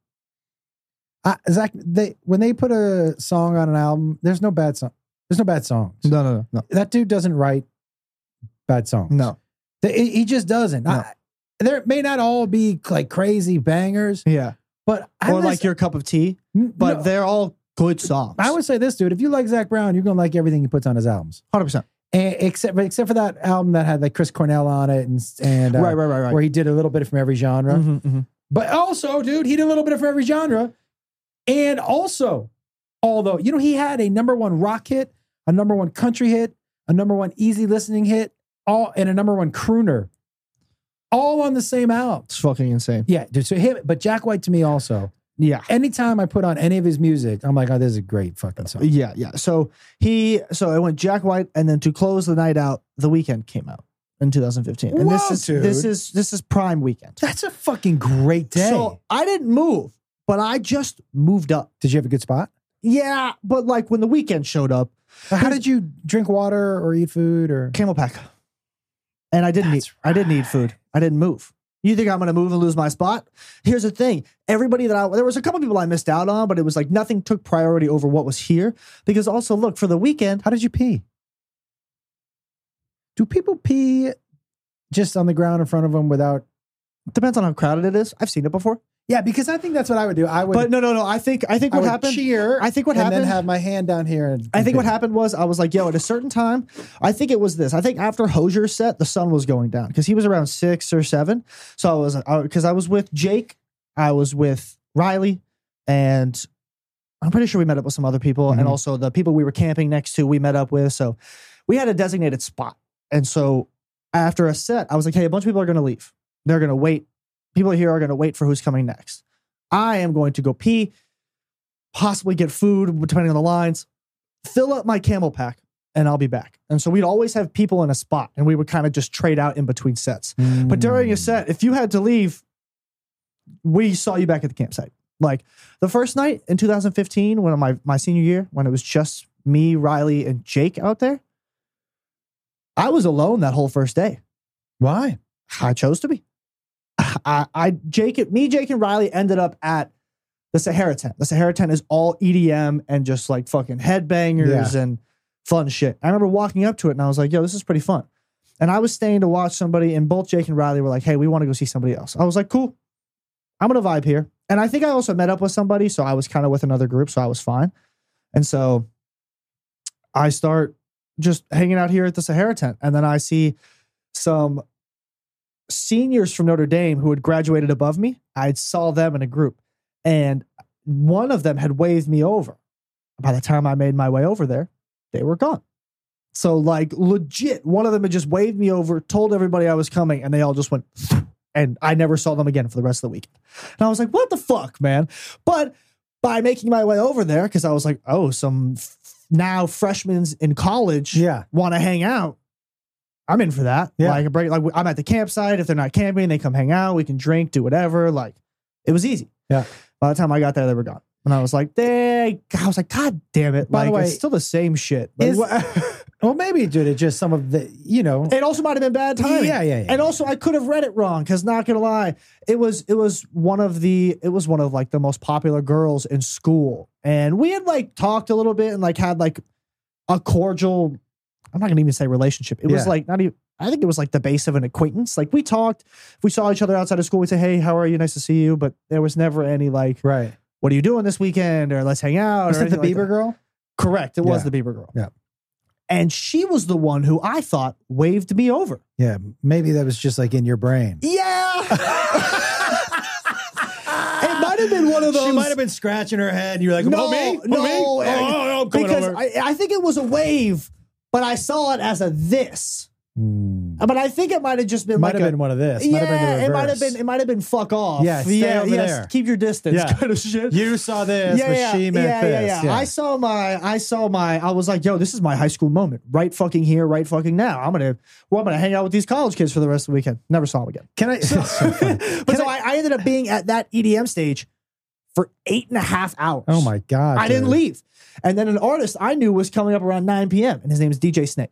[SPEAKER 2] I, Zach, they when they put a song on an album, there's no bad song. There's no bad songs.
[SPEAKER 1] No, no, no, no,
[SPEAKER 2] That dude doesn't write bad songs.
[SPEAKER 1] no.
[SPEAKER 2] They- he he just doesn't.
[SPEAKER 1] No.
[SPEAKER 2] I, there may not all be like crazy bangers,
[SPEAKER 1] Yeah,
[SPEAKER 2] but I
[SPEAKER 1] or
[SPEAKER 2] was-
[SPEAKER 1] like your cup of tea.
[SPEAKER 2] n-
[SPEAKER 1] but
[SPEAKER 2] no.
[SPEAKER 1] they're all good songs.
[SPEAKER 2] I would say this, dude. If you like Zach Brown, you're gonna like everything he puts on his albums,
[SPEAKER 1] hundred percent.
[SPEAKER 2] and, Eh, except except for that album that had like Chris Cornell on it, and and uh,
[SPEAKER 1] Right, right, right, right.
[SPEAKER 2] where he did a little bit from every genre.
[SPEAKER 1] Mhm, mhm.
[SPEAKER 2] But also, dude, he did a little bit from every genre. And also, although, you know, he had a number one rock hit, a number one country hit, a number one easy listening hit, all and a number one crooner. All on the same album.
[SPEAKER 1] It's fucking insane.
[SPEAKER 2] Yeah, dude. So him, but Jack White to me also.
[SPEAKER 1] Yeah,
[SPEAKER 2] Anytime I put on any of his music, I'm like, oh, this is a great fucking song.
[SPEAKER 1] yeah, yeah. So he, so I went Jack White, and then to close the night out, The Weekend came out in 2015, and this
[SPEAKER 2] Whoa,
[SPEAKER 1] is
[SPEAKER 2] dude.
[SPEAKER 1] this is this is prime weekend.
[SPEAKER 2] That's a fucking great day.
[SPEAKER 1] So I didn't move, but I just moved up.
[SPEAKER 2] Did you have a good spot?
[SPEAKER 1] Yeah, but like when The Weekend showed up,
[SPEAKER 2] How did you drink water or eat food or?
[SPEAKER 1] camel pack. And I didn't eat. I didn't eat food. I didn't move. You think I'm going to move and lose my spot? Here's the thing. Everybody that I there was a couple people I missed out on, but it was like nothing took priority over what was here because also look, for the weekend,
[SPEAKER 2] How did you pee? Do people pee just on the ground in front of them without?
[SPEAKER 1] depends on how crowded it is. I've seen it before.
[SPEAKER 2] Yeah, because I think that's what I would do. I would.
[SPEAKER 1] But no, no, no. I think I think
[SPEAKER 2] I
[SPEAKER 1] what
[SPEAKER 2] would
[SPEAKER 1] happened
[SPEAKER 2] cheer.
[SPEAKER 1] I think what
[SPEAKER 2] and
[SPEAKER 1] happened
[SPEAKER 2] Then have my hand down here. And
[SPEAKER 1] I think what happened was I was like, yo, at a certain time, I think it was this. I think after Hosier's set, the sun was going down because he was around six or seven. So I was because I was with Jake, I was with Riley, and I'm pretty sure we met up with some other people, and
[SPEAKER 2] Mhm.
[SPEAKER 1] also the people we were camping next to, we met up with. So we had a designated spot, and so after a set, I was like, hey, a bunch of people are going to leave. They're going to wait. People here are going to wait for who's coming next. I am going to go pee, possibly get food, depending on the lines, fill up my camel pack, and I'll be back. And so we'd always have people in a spot and we would kind of just trade out in between sets. But during a set, if you had to leave, we saw you back at the campsite. Like the first night in 2015, when my, my senior year, when it was just me, Riley, and Jake out there, I was alone that whole first day.
[SPEAKER 2] Why?
[SPEAKER 1] I chose to be. I, I Jake, me, Jake, and Riley ended up at the Sahara tent. The Sahara tent is all EDM and just like fucking headbangers and fun shit. I remember walking up to it and I was like, "Yo, this is pretty fun." And I was staying to watch somebody, and both Jake and Riley were like, "Hey, we want to go see somebody else." I was like, "Cool, I'm gonna vibe here." And I think I also met up with somebody, so I was kind of with another group, so I was fine. And so I start just hanging out here at the Sahara tent, and then I see some seniors from Notre Dame who had graduated above me. I saw them in a group, and one of them had waved me over. By the time I made my way over there, they were gone. So, like, legit, one of them had just waved me over, told everybody I was coming, and they all just went, and I never saw them again for the rest of the weekend. And I was like, what the fuck, man? But by making my way over there, because I was like, oh, some f- now freshmen in college
[SPEAKER 2] Yeah.
[SPEAKER 1] want to hang out, I'm in for that.
[SPEAKER 2] Yeah.
[SPEAKER 1] Like, a break, like I'm at the campsite. If they're not camping, they come hang out. We can drink, do whatever. Like, it was easy.
[SPEAKER 2] Yeah.
[SPEAKER 1] By the time I got there, they were gone, and I was like, "They." I was like, "God damn it!"
[SPEAKER 2] By
[SPEAKER 1] like,
[SPEAKER 2] the way,
[SPEAKER 1] it's still the same shit. Like,
[SPEAKER 2] is-
[SPEAKER 1] wha-
[SPEAKER 2] Well, maybe did it just some of the you know.
[SPEAKER 1] it also might have been bad timing.
[SPEAKER 2] Yeah, yeah, yeah.
[SPEAKER 1] And also, I could have read it wrong because, not gonna lie, it was it was one of the it was one of like the most popular girls in school, and we had like talked a little bit and like had like a cordial. I'm not gonna even say relationship. It was
[SPEAKER 2] Yeah.
[SPEAKER 1] like not even. I think it was like the base of an acquaintance. Like we talked, we saw each other outside of school. We'd say, "Hey, how are you? Nice to see you." But there was never any like,
[SPEAKER 2] right.
[SPEAKER 1] "What are you doing this weekend?" or "Let's hang out."
[SPEAKER 2] Was
[SPEAKER 1] or
[SPEAKER 2] it the
[SPEAKER 1] anything like
[SPEAKER 2] Bieber girl?
[SPEAKER 1] Correct. It was
[SPEAKER 2] Yeah.
[SPEAKER 1] the Bieber girl.
[SPEAKER 2] Yeah.
[SPEAKER 1] And she was the one who I thought waved me over.
[SPEAKER 2] Yeah. Maybe that was just like in your brain.
[SPEAKER 1] Yeah. it might have been one of those.
[SPEAKER 2] been scratching her head. And you're like, "Oh,
[SPEAKER 1] No, no, eh, because I, I think it was a wave, but I saw it as a this. But I think it might have just been
[SPEAKER 2] Hmm. might
[SPEAKER 1] like
[SPEAKER 2] have
[SPEAKER 1] a.
[SPEAKER 2] been one of this. Might have been
[SPEAKER 1] yeah,
[SPEAKER 2] the
[SPEAKER 1] it might have
[SPEAKER 2] reverse.
[SPEAKER 1] been. It might have been fuck off.
[SPEAKER 2] Yeah, stay
[SPEAKER 1] yeah,
[SPEAKER 2] over
[SPEAKER 1] yes,
[SPEAKER 2] there.
[SPEAKER 1] Keep your distance,
[SPEAKER 2] Yeah.
[SPEAKER 1] kind of shit.
[SPEAKER 2] You saw this, but she meant
[SPEAKER 1] yeah,
[SPEAKER 2] this.
[SPEAKER 1] yeah, yeah. I saw my, I saw my, I was like, yo, this is my high school moment, right? Fucking here, right? Fucking now. I'm gonna, well, I'm gonna hang out with these college kids for the rest of the weekend. Never saw them again.
[SPEAKER 2] Can I?
[SPEAKER 1] but so I, I ended up being at that EDM stage for eight and a half hours.
[SPEAKER 2] oh my god!
[SPEAKER 1] I didn't
[SPEAKER 2] dude.
[SPEAKER 1] leave. And then an artist I knew was coming up around 9 p.m. and his name is DJ Snake.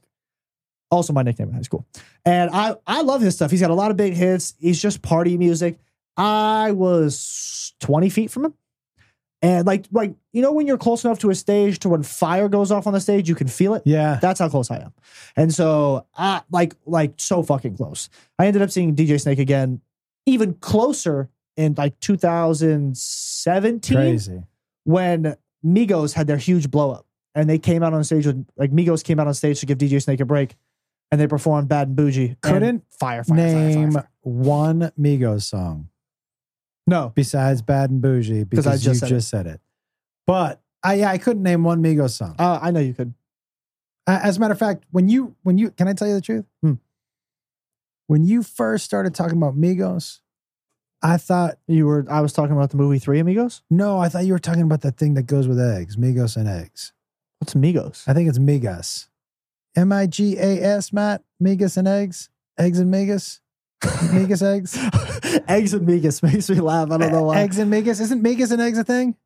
[SPEAKER 1] Also my nickname in high school. And I I love his stuff. He's got a lot of big hits. He's just party music. I was 20 feet from him. And like like you know when you're close enough to a stage to when fire goes off on the stage, you can feel it.
[SPEAKER 2] Yeah.
[SPEAKER 1] That's how close I am. And so I like like so fucking close. I ended up seeing DJ Snake again even closer in like 2017
[SPEAKER 2] Crazy.
[SPEAKER 1] when Migos had their huge blow up and they came out on stage with like Migos came out on stage to give DJ Snake a break and they performed Bad and Bougie. and
[SPEAKER 2] Couldn't
[SPEAKER 1] fire, fire, fire, fire,
[SPEAKER 2] Name
[SPEAKER 1] fire.
[SPEAKER 2] one Migos song
[SPEAKER 1] No.
[SPEAKER 2] besides "Bad and Bougie" because
[SPEAKER 1] I just
[SPEAKER 2] you
[SPEAKER 1] said it.
[SPEAKER 2] just said it. But I, yeah, I couldn't name one Migos song.
[SPEAKER 1] Uh, I know you could.
[SPEAKER 2] Uh, As a matter of fact, when you when you can I tell you the truth?
[SPEAKER 1] Hmm.
[SPEAKER 2] When you first started talking about Migos, I thought
[SPEAKER 1] You were I was talking about the movie Three Amigos.
[SPEAKER 2] no, I thought you were talking about that thing that goes with eggs, Migos and eggs.
[SPEAKER 1] What's Migos?
[SPEAKER 2] I think it's Migas, M I G A S, Matt Migas and eggs, eggs and Migas, Migas eggs,
[SPEAKER 1] Eggs and Migos E, makes me laugh. I don't know why.
[SPEAKER 2] eggs and Migas. Isn't Migas and eggs a thing?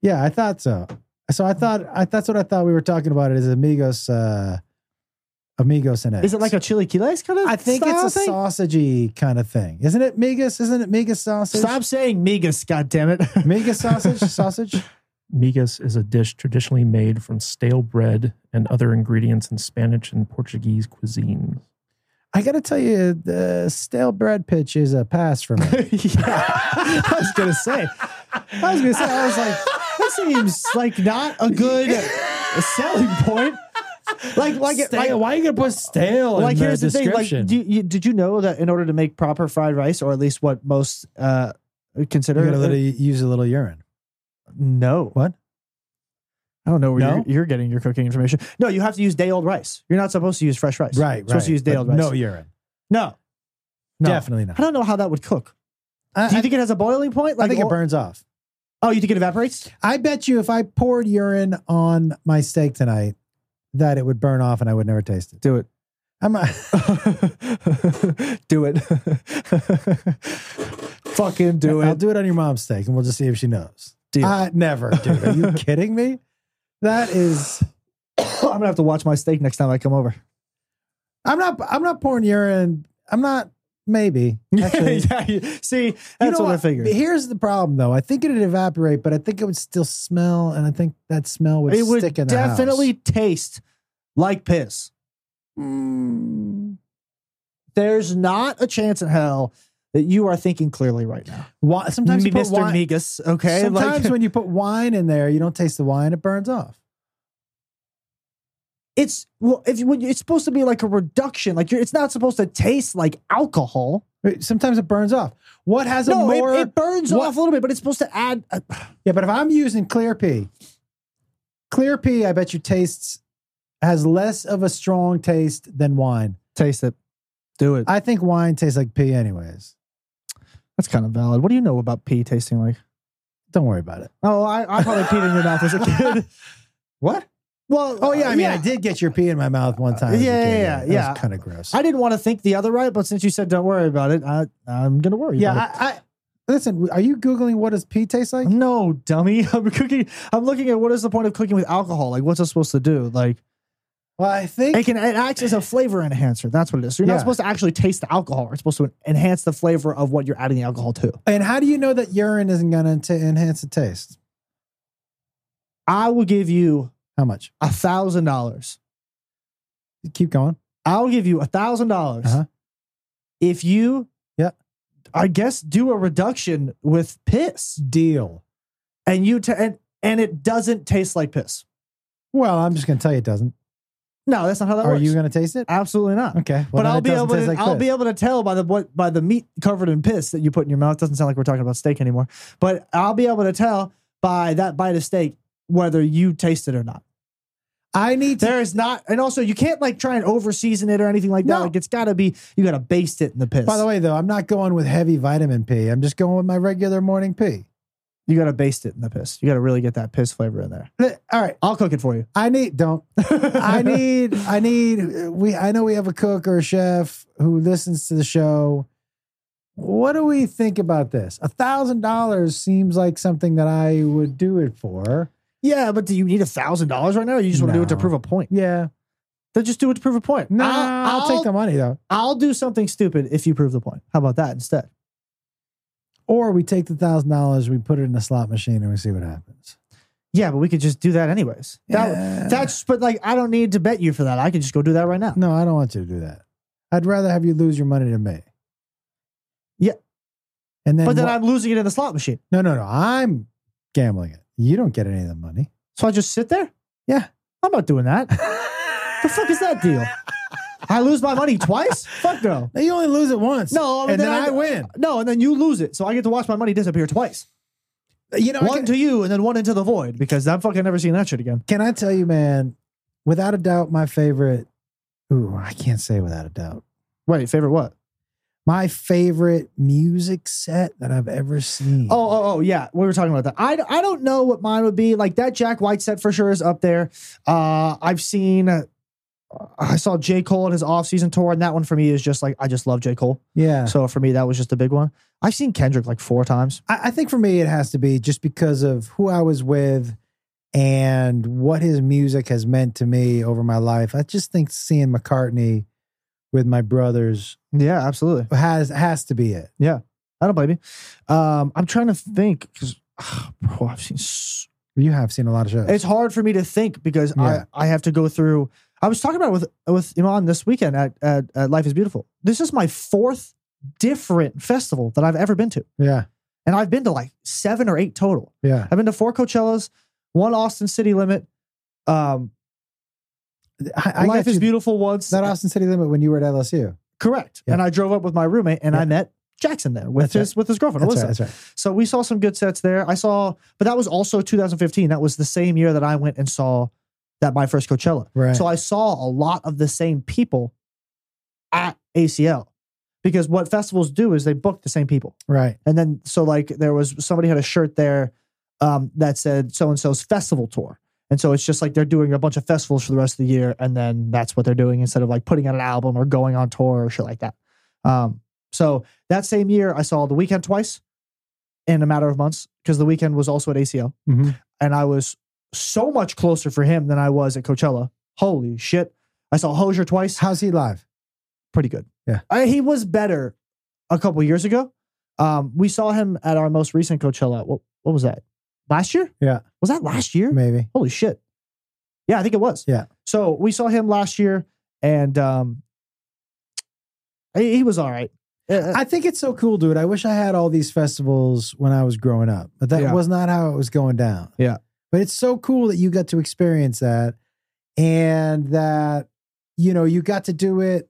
[SPEAKER 2] Yeah, I thought so. So I thought I, that's what I thought we were talking about. It is amigos, uh, amigos and eggs.
[SPEAKER 1] Is it like a chili quiles kind of?
[SPEAKER 2] I think
[SPEAKER 1] style
[SPEAKER 2] it's a
[SPEAKER 1] thing?
[SPEAKER 2] sausagey kind of thing, isn't it? Migas, isn't it? Migas sausage.
[SPEAKER 1] Stop saying migas, goddammit.
[SPEAKER 2] Migas sausage. sausage.
[SPEAKER 4] Migas is a dish traditionally made from stale bread and other ingredients in Spanish and Portuguese cuisines.
[SPEAKER 2] I gotta tell you, the stale bread pitch is a pass for me.
[SPEAKER 1] yeah. I was gonna say. I was gonna say. I was like, that seems like not a good selling point. Like, like, like,
[SPEAKER 2] why are you gonna put stale?
[SPEAKER 1] like here's the thing. Like, do you, you- did you know that in order to make proper fried rice, or at least what most uh
[SPEAKER 2] you're
[SPEAKER 1] consider, uh,
[SPEAKER 2] gonna let it use a little urine.
[SPEAKER 1] no,
[SPEAKER 2] What?
[SPEAKER 1] I don't know where
[SPEAKER 2] No?
[SPEAKER 1] you're, you're getting your cooking information. No, you have to use day old rice. You're not supposed to use fresh rice.
[SPEAKER 2] Right,
[SPEAKER 1] You're supposed to use day old rice.
[SPEAKER 2] No urine.
[SPEAKER 1] no, no.
[SPEAKER 2] Definitely
[SPEAKER 1] I
[SPEAKER 2] not.
[SPEAKER 1] don't know how that would cook.
[SPEAKER 2] I,
[SPEAKER 1] Do you think it has a boiling point?
[SPEAKER 2] I think
[SPEAKER 1] or-
[SPEAKER 2] it burns off.
[SPEAKER 1] Oh, you think it evaporates?
[SPEAKER 2] I bet you, if I poured urine on my steak tonight, that it would burn off and I would never taste it.
[SPEAKER 1] Do it.
[SPEAKER 2] I'm not,
[SPEAKER 1] do it. Fucking do
[SPEAKER 2] I'll
[SPEAKER 1] it.
[SPEAKER 2] do it on your mom's steak, and we'll just see if she knows.
[SPEAKER 1] Deal.
[SPEAKER 2] I never. Dude, are you kidding me? That is.
[SPEAKER 1] I'm gonna have to watch my steak next time I come over.
[SPEAKER 2] I'm not. I'm not pouring urine. I'm not. Maybe. Actually,
[SPEAKER 1] yeah, you- see, that's
[SPEAKER 2] You know
[SPEAKER 1] what I figured.
[SPEAKER 2] Here's the problem, though. I think it would evaporate, but I think it would still smell, and I think that smell would
[SPEAKER 1] it would
[SPEAKER 2] stick in the house.
[SPEAKER 1] definitely taste like piss.
[SPEAKER 2] Mm.
[SPEAKER 1] There's not a chance in hell that you are thinking clearly right now.
[SPEAKER 2] Wi- sometimes you put
[SPEAKER 1] Mr.
[SPEAKER 2] wine.
[SPEAKER 1] Migas, okay?
[SPEAKER 2] Sometimes
[SPEAKER 1] like
[SPEAKER 2] when you put wine in there, you don't taste the wine; it burns off.
[SPEAKER 1] it's well, if you, when you- it's supposed to be like a reduction, like you're, it's not supposed to taste like alcohol.
[SPEAKER 2] Wait, Sometimes it burns off. What has a
[SPEAKER 1] no, it-
[SPEAKER 2] more?
[SPEAKER 1] it, burns
[SPEAKER 2] what-
[SPEAKER 1] off a little bit, but it's supposed to add. A,
[SPEAKER 2] yeah, but if I'm using Clear Pea, Clear Pea, I bet you tastes has less of a strong taste than wine.
[SPEAKER 1] taste it, do it.
[SPEAKER 2] I think wine tastes like pea, anyways.
[SPEAKER 1] That's kind of valid. What do you know about pee tasting like?
[SPEAKER 2] Don't worry about it.
[SPEAKER 1] Oh, I, I probably peed in your mouth as a kid.
[SPEAKER 2] What?
[SPEAKER 1] Well,
[SPEAKER 2] Oh yeah, I mean,
[SPEAKER 1] yeah.
[SPEAKER 2] I did get your pee in my mouth one time. as a
[SPEAKER 1] Yeah,
[SPEAKER 2] kid,
[SPEAKER 1] yeah, yeah,
[SPEAKER 2] That was
[SPEAKER 1] yeah.
[SPEAKER 2] kind of gross.
[SPEAKER 1] I didn't want to think the other right, but since you said don't worry about it, I, I'm gonna worry.
[SPEAKER 2] yeah,
[SPEAKER 1] about
[SPEAKER 2] I, I listen. Are you googling what does pee taste like?
[SPEAKER 1] it. no, dummy. I'm cooking. I'm looking at what is the point of cooking with alcohol? Like, what's it supposed to do? Like,
[SPEAKER 2] Well, I think
[SPEAKER 1] it can it acts as a flavor enhancer. That's what it is. So you're
[SPEAKER 2] Yeah.
[SPEAKER 1] not supposed to actually taste the alcohol. It's supposed to enhance the flavor of what you're adding the alcohol to.
[SPEAKER 2] And how do you know that urine isn't going to enhance the taste?
[SPEAKER 1] I will give you
[SPEAKER 2] How much?
[SPEAKER 1] a thousand dollars.
[SPEAKER 2] Keep going.
[SPEAKER 1] I'll give you a thousand dollars
[SPEAKER 2] Uh-huh.
[SPEAKER 1] if you,
[SPEAKER 2] Yeah.
[SPEAKER 1] I guess, do a reduction with piss,
[SPEAKER 2] Deal.
[SPEAKER 1] and you ta and, and it doesn't taste like piss.
[SPEAKER 2] Well, I'm just going to tell you it doesn't.
[SPEAKER 1] No, that's not how that
[SPEAKER 2] Are
[SPEAKER 1] works.
[SPEAKER 2] you going to taste it?
[SPEAKER 1] Absolutely not.
[SPEAKER 2] Okay.
[SPEAKER 1] but
[SPEAKER 2] Well, then
[SPEAKER 1] I'll
[SPEAKER 2] it
[SPEAKER 1] be
[SPEAKER 2] doesn't
[SPEAKER 1] able to
[SPEAKER 2] taste like
[SPEAKER 1] I'll
[SPEAKER 2] piss.
[SPEAKER 1] be able to tell by the what by the meat covered in piss that you put in your mouth. Doesn't sound like we're talking about steak anymore. But I'll be able to tell by that bite of steak whether you taste it or not.
[SPEAKER 2] I need to.
[SPEAKER 1] There is not, and also you can't like try and over season it or anything like that.
[SPEAKER 2] No.
[SPEAKER 1] Like it's got to be you got to baste it in the piss.
[SPEAKER 2] By the way, though, I'm not going with heavy vitamin P. I'm just going with my regular morning pee.
[SPEAKER 1] You got to baste it in the piss. You got to really get that piss flavor in there.
[SPEAKER 2] All right.
[SPEAKER 1] I'll cook it for you.
[SPEAKER 2] I need, don't. I need, I need, we, I know we have a cook or a chef who listens to the show. What do we think about this? A thousand dollars seems like something that I would do it for.
[SPEAKER 1] Yeah, but do you need a thousand dollars right now? Or you just want to do it to
[SPEAKER 2] No.
[SPEAKER 1] prove a point?
[SPEAKER 2] Yeah.
[SPEAKER 1] Then just do it to prove a point.
[SPEAKER 2] No,
[SPEAKER 1] I'll,
[SPEAKER 2] I'll, take the money though.
[SPEAKER 1] I'll do something stupid if you prove the point. How about that instead?
[SPEAKER 2] Or we take the thousand dollars, we put it in a slot machine, and we see what happens.
[SPEAKER 1] Yeah, but we could just do that anyways. That-
[SPEAKER 2] Yeah.
[SPEAKER 1] That's but like I don't need to bet you for that. I can just go do that right now.
[SPEAKER 2] no, I don't want you to do that. I'd rather have you lose your money to me.
[SPEAKER 1] Yeah.
[SPEAKER 2] and then,
[SPEAKER 1] but then
[SPEAKER 2] wha-
[SPEAKER 1] I'm losing it in the slot machine.
[SPEAKER 2] no, no, no. I'm gambling it. You don't get any of the money.
[SPEAKER 1] So I just sit there?
[SPEAKER 2] Yeah.
[SPEAKER 1] I'm not doing that. the fuck is that deal? I lose my money twice? fuck no.
[SPEAKER 2] No, you only lose it once.
[SPEAKER 1] No,
[SPEAKER 2] and then, I, win.
[SPEAKER 1] No, and then you lose it. So I get to watch my money disappear twice.
[SPEAKER 2] You know, I
[SPEAKER 1] one
[SPEAKER 2] can,
[SPEAKER 1] to you and then one into the void because I'm fucking never seeing that shit again.
[SPEAKER 2] can I tell you, man? Without a doubt, my favorite. Ooh, I can't say without a doubt.
[SPEAKER 1] Wait, favorite what?
[SPEAKER 2] My favorite music set that I've ever seen.
[SPEAKER 1] Oh, oh, oh, yeah. We were talking about that. I, I don't know what mine would be. Like that Jack White set for sure is up there. Uh, I've seen, uh, I saw J. Cole in his off-season tour, and that one for me is just like, I just love J. Cole.
[SPEAKER 2] yeah.
[SPEAKER 1] So for me, that was just a big one. I've seen Kendrick like four times.
[SPEAKER 2] I, I think for me, it has to be just because of who I was with and what his music has meant to me over my life. I just think seeing McCartney with my brothers
[SPEAKER 1] Yeah, absolutely.
[SPEAKER 2] has has to be it.
[SPEAKER 1] I don't blame you. Um, I'm trying to think because, bro, I've seen. So,
[SPEAKER 2] You have seen a lot of shows.
[SPEAKER 1] it's hard for me to think because
[SPEAKER 2] Yeah.
[SPEAKER 1] I, I have to go through. I was talking about it with with Iman this weekend at, at at Life is Beautiful. This is my fourth different festival that I've ever been to,
[SPEAKER 2] yeah,
[SPEAKER 1] and I've been to like seven or eight total.
[SPEAKER 2] yeah.
[SPEAKER 1] I've been to four Coachellas, one Austin City Limit. Um,
[SPEAKER 2] I, I
[SPEAKER 1] Life
[SPEAKER 2] got
[SPEAKER 1] is
[SPEAKER 2] you
[SPEAKER 1] Beautiful once.
[SPEAKER 2] That Austin City Limit when you were at LSU.
[SPEAKER 1] Correct.
[SPEAKER 2] Yeah.
[SPEAKER 1] And I drove up with my roommate and
[SPEAKER 2] Yeah.
[SPEAKER 1] I met Jackson there with
[SPEAKER 2] That's right.
[SPEAKER 1] his with his girlfriend,
[SPEAKER 2] That's right,
[SPEAKER 1] Alyssa.
[SPEAKER 2] that's right.
[SPEAKER 1] So we saw some good sets there. I saw, but that was also 2015. That was the same year that I went and saw that my first Coachella.
[SPEAKER 2] Right.
[SPEAKER 1] So I saw a lot of the same people at ACL because what festivals do is they book the same people.
[SPEAKER 2] Right.
[SPEAKER 1] And then, so like there was somebody had a shirt there um, that said so and so's festival tour. And so it's just like they're doing a bunch of festivals for the rest of the year. And then that's what they're doing instead of like putting out an album or going on tour or shit like that. Um, so that same year, I saw The Weekend twice in a matter of months because The Weekend was also at ACL.
[SPEAKER 2] Mhm.
[SPEAKER 1] And I was so much closer for him than I was at Coachella. Holy shit. I saw Hosier twice
[SPEAKER 2] How's he live?
[SPEAKER 1] pretty good.
[SPEAKER 2] Yeah.
[SPEAKER 1] I, he was better a couple years ago. Um, we saw him at our most recent Coachella. What, what was that? Last year?
[SPEAKER 2] Yeah.
[SPEAKER 1] Was that last year?
[SPEAKER 2] Maybe.
[SPEAKER 1] Holy shit. Yeah, I think it was.
[SPEAKER 2] Yeah.
[SPEAKER 1] So we saw him last year and um, he, he was all right. Uh,
[SPEAKER 2] I think it's so cool, dude. I wish I had all these festivals when I was growing up, but that
[SPEAKER 1] Yeah.
[SPEAKER 2] was not how it was going down.
[SPEAKER 1] Yeah.
[SPEAKER 2] But it's so cool that you got to experience that and that, you know, you got to do it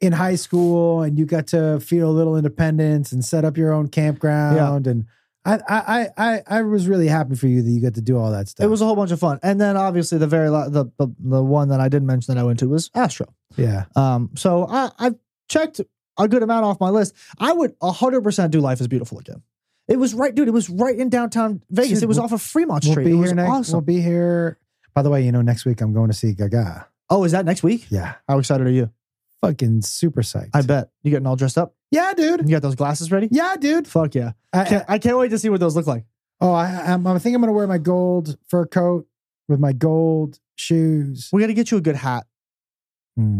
[SPEAKER 2] in high school and you got to feel a little independence and set up your own campground. And I, I, I, I, I was really happy for you that you got to do all that stuff.
[SPEAKER 1] it was a whole bunch of fun. And then obviously the very la- the, the the one that I didn't mention that I went to was Astro.
[SPEAKER 2] yeah.
[SPEAKER 1] Um, so I, I've checked a good amount off my list. I would 100% do Life is Beautiful again. It was right, dude. It was right in downtown Vegas.
[SPEAKER 2] Dude,
[SPEAKER 1] it was
[SPEAKER 2] we'll-
[SPEAKER 1] off of Fremont
[SPEAKER 2] We'll
[SPEAKER 1] Street.
[SPEAKER 2] be
[SPEAKER 1] it
[SPEAKER 2] here
[SPEAKER 1] was
[SPEAKER 2] next.
[SPEAKER 1] awesome.
[SPEAKER 2] We'll be here. By the way, you know, next week I'm going to see Gaga.
[SPEAKER 1] oh, is that next week?
[SPEAKER 2] Yeah.
[SPEAKER 1] How excited are you?
[SPEAKER 2] Fucking super psyched.
[SPEAKER 1] I bet. You getting all dressed up?
[SPEAKER 2] Yeah, dude.
[SPEAKER 1] You got those glasses ready?
[SPEAKER 2] Yeah, dude.
[SPEAKER 1] Fuck yeah.
[SPEAKER 2] I,
[SPEAKER 1] Can't, I can't wait to see what those look like.
[SPEAKER 2] oh, I, I'm, I think I'm gonna wear my gold fur coat with my gold shoes. Hmm.
[SPEAKER 1] We got to get you a good hat.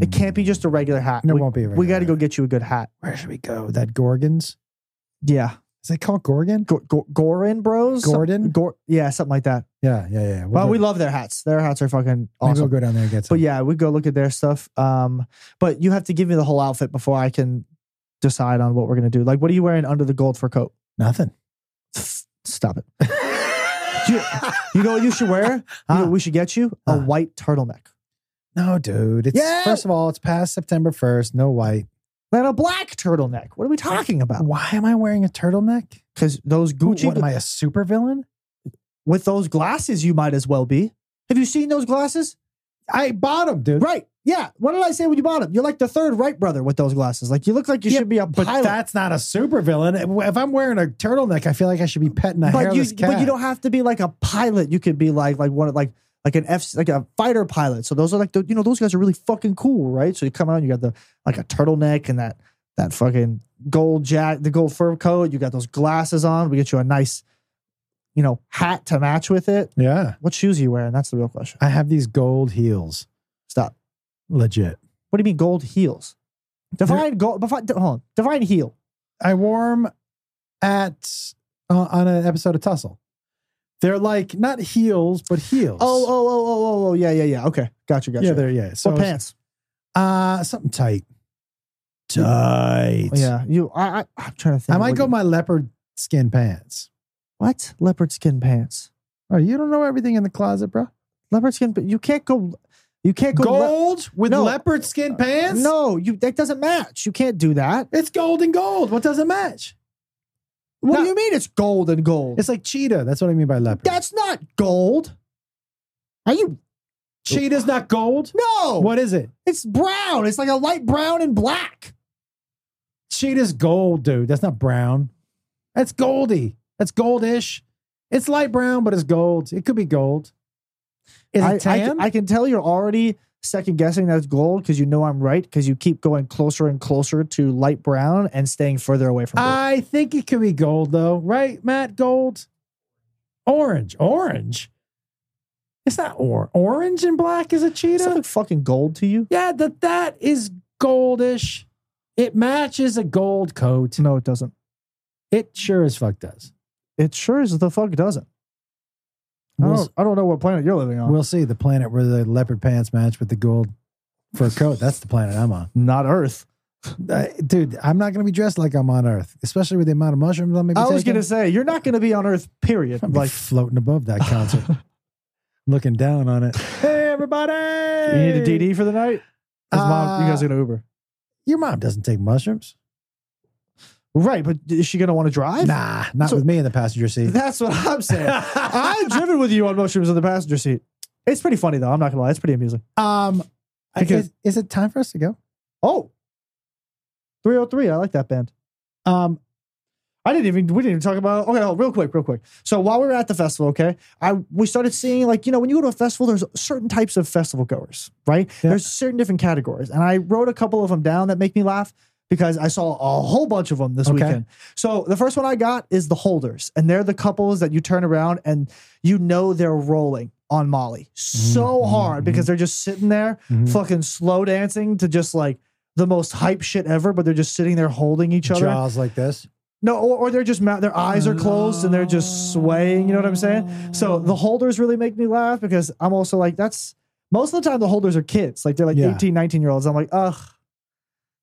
[SPEAKER 1] It can't be just a regular hat.
[SPEAKER 2] No, it
[SPEAKER 1] we,
[SPEAKER 2] won't be. a
[SPEAKER 1] we got to go
[SPEAKER 2] regular.
[SPEAKER 1] get you a good hat.
[SPEAKER 2] Where should we go? That Gorgons?
[SPEAKER 1] Yeah.
[SPEAKER 2] Is it called Gorgon?
[SPEAKER 1] Go, go, Gorin Bros? Some-
[SPEAKER 2] Gordon?
[SPEAKER 1] Gor- yeah, something like that.
[SPEAKER 2] yeah, yeah, yeah.
[SPEAKER 1] Well,
[SPEAKER 2] go-
[SPEAKER 1] we love their hats. Their hats are fucking
[SPEAKER 2] maybe
[SPEAKER 1] awesome.
[SPEAKER 2] we'll go down there and get some.
[SPEAKER 1] But yeah, we go look at their stuff. Um, but you have to give me the whole outfit before I can decide on what we're gonna do. Like, what are you wearing under the gold fur coat?
[SPEAKER 2] nothing.
[SPEAKER 1] Stop it. you, you know what you should wear? You know
[SPEAKER 2] Huh?
[SPEAKER 1] what we should get you a
[SPEAKER 2] Huh.
[SPEAKER 1] white turtleneck
[SPEAKER 2] No, dude. It's
[SPEAKER 1] Yeah.
[SPEAKER 2] first of all, it's past September 1st. No white.
[SPEAKER 1] and a black turtleneck. What are we talking about?
[SPEAKER 2] Why am I wearing a turtleneck?
[SPEAKER 1] Because those Gucci
[SPEAKER 2] What am I a super villain?
[SPEAKER 1] with those glasses, you might as well be. Have you seen those glasses?
[SPEAKER 2] I bought them, dude.
[SPEAKER 1] Right. Yeah. What did I say when you bought them? You're like the third Wright brother with those glasses. Like you look like you
[SPEAKER 2] Yeah,
[SPEAKER 1] should be a
[SPEAKER 2] But
[SPEAKER 1] pilot.
[SPEAKER 2] that's not a supervillain. If I'm wearing a turtleneck, I feel like I should be petting a
[SPEAKER 1] but you,
[SPEAKER 2] hairless cat.
[SPEAKER 1] but you don't have to be like a pilot. You could be like like one of- like like an F like a fighter pilot. So those are like the, you know those guys are really fucking cool, right? So you come out, and you got the like a turtleneck and that that fucking gold jack, the gold fur coat. You got those glasses on. We get you a nice you know hat to match with it.
[SPEAKER 2] yeah,
[SPEAKER 1] What shoes are you wearing? That's the real question.
[SPEAKER 2] I have these gold heels.
[SPEAKER 1] Stop.
[SPEAKER 2] Legit.
[SPEAKER 1] What do you mean gold heels? Define gold. Define, hold on. Define heel.
[SPEAKER 2] I wore 'em at uh, on an episode of Tussle. They're like not heels, but heels.
[SPEAKER 1] Oh oh oh oh oh oh yeah yeah yeah. Okay, gotcha gotcha.
[SPEAKER 2] yeah, they're yeah. So
[SPEAKER 1] what pants?
[SPEAKER 2] uh, something tight, tight.
[SPEAKER 1] Yeah, you. I, I I'm trying to think.
[SPEAKER 2] I
[SPEAKER 1] what
[SPEAKER 2] might go
[SPEAKER 1] you-
[SPEAKER 2] my leopard skin pants.
[SPEAKER 1] What? Leopard skin pants.
[SPEAKER 2] Oh, you don't know everything in the closet, bro.
[SPEAKER 1] Leopard skin pa- you can't go you can't go le-
[SPEAKER 2] Gold with
[SPEAKER 1] No. Uh,
[SPEAKER 2] leopard skin pants.
[SPEAKER 1] No, you that doesn't match. You can't do that.
[SPEAKER 2] it's gold and gold. What doesn't match?
[SPEAKER 1] What
[SPEAKER 2] No.
[SPEAKER 1] do you mean it's gold and gold?
[SPEAKER 2] It's like cheetah. That's what I mean by leopard.
[SPEAKER 1] That's not gold. Are you
[SPEAKER 2] Cheetah's not gold.
[SPEAKER 1] No.
[SPEAKER 2] What is it?
[SPEAKER 1] It's brown. It's like a light brown and black.
[SPEAKER 2] Cheetah's gold, dude. That's not brown. That's goldy. That's goldish. It's light brown, but it's gold. It could be gold. Is
[SPEAKER 1] I, I
[SPEAKER 2] it tan?
[SPEAKER 1] can- I, can tell you're already second guessing that it's gold because you know I'm right because you keep going closer and closer to light brown and staying further away from gold.
[SPEAKER 2] I think it could be gold, though, right, Matt? Gold, orange, orange. It's not or orange and black is a
[SPEAKER 1] Is that
[SPEAKER 2] cheetah.
[SPEAKER 1] like fucking gold to you?
[SPEAKER 2] Yeah, that that is goldish. It matches a gold coat.
[SPEAKER 1] No, it doesn't.
[SPEAKER 2] It sure as fuck does.
[SPEAKER 1] It sure as the fuck doesn't. I
[SPEAKER 2] We'll,
[SPEAKER 1] don't, I don't know what planet you're living on.
[SPEAKER 2] we'll see the planet where the leopard pants match with the gold fur coat. That's the planet I'm on,
[SPEAKER 1] Not Earth.
[SPEAKER 2] Uh, dude. I'm not gonna be dressed like I'm on Earth, especially with the amount of mushrooms I'm gonna be
[SPEAKER 1] I was
[SPEAKER 2] taking.
[SPEAKER 1] gonna say you're not gonna be on Earth. Period.
[SPEAKER 2] I'm
[SPEAKER 1] Like
[SPEAKER 2] like floating above that concert, looking down on it. Hey, everybody!
[SPEAKER 1] you need a DD for the night. 'Cause mom, you
[SPEAKER 2] Uh,
[SPEAKER 1] guys are gonna Uber.
[SPEAKER 2] Your mom doesn't take mushrooms.
[SPEAKER 1] Right, but is she gonna want to drive?
[SPEAKER 2] Nah, not
[SPEAKER 1] So-
[SPEAKER 2] with me in the passenger seat.
[SPEAKER 1] That's what I'm saying. I've driven with you on mushrooms in the passenger seat. It's pretty funny though. I'm not gonna lie. It's pretty amusing.
[SPEAKER 2] Um, I-
[SPEAKER 1] Because-
[SPEAKER 2] is, is it time for us to go?
[SPEAKER 1] Oh. 303. I like that band.
[SPEAKER 2] Um,
[SPEAKER 1] I didn't even we didn't even talk about okay, hold, real quick, real quick. So while we were at the festival, okay, I we started seeing like, you know, when you go to a festival, there's certain types of festival goers, right?
[SPEAKER 2] Yeah.
[SPEAKER 1] There's certain different categories. And I wrote a couple of them down that make me laugh because I saw a whole bunch of them this
[SPEAKER 2] Okay.
[SPEAKER 1] weekend. So the first one I got is the holders, and they're the couples that you turn around and you know they're rolling on Molly so
[SPEAKER 2] Mhm,
[SPEAKER 1] hard
[SPEAKER 2] mhm.
[SPEAKER 1] because they're just sitting there
[SPEAKER 2] mhm.
[SPEAKER 1] fucking slow dancing to just like the most hype shit ever, but they're just sitting there holding each other.
[SPEAKER 2] jaws like this.
[SPEAKER 1] No, or, or they're just ma- their eyes are closed and they're just swaying. You know what I'm saying? So the holders really make me laugh because I'm also like, that's most of the time the holders are kids. Like they're like
[SPEAKER 2] Yeah.
[SPEAKER 1] 18, 19 year olds. I'm like, ugh,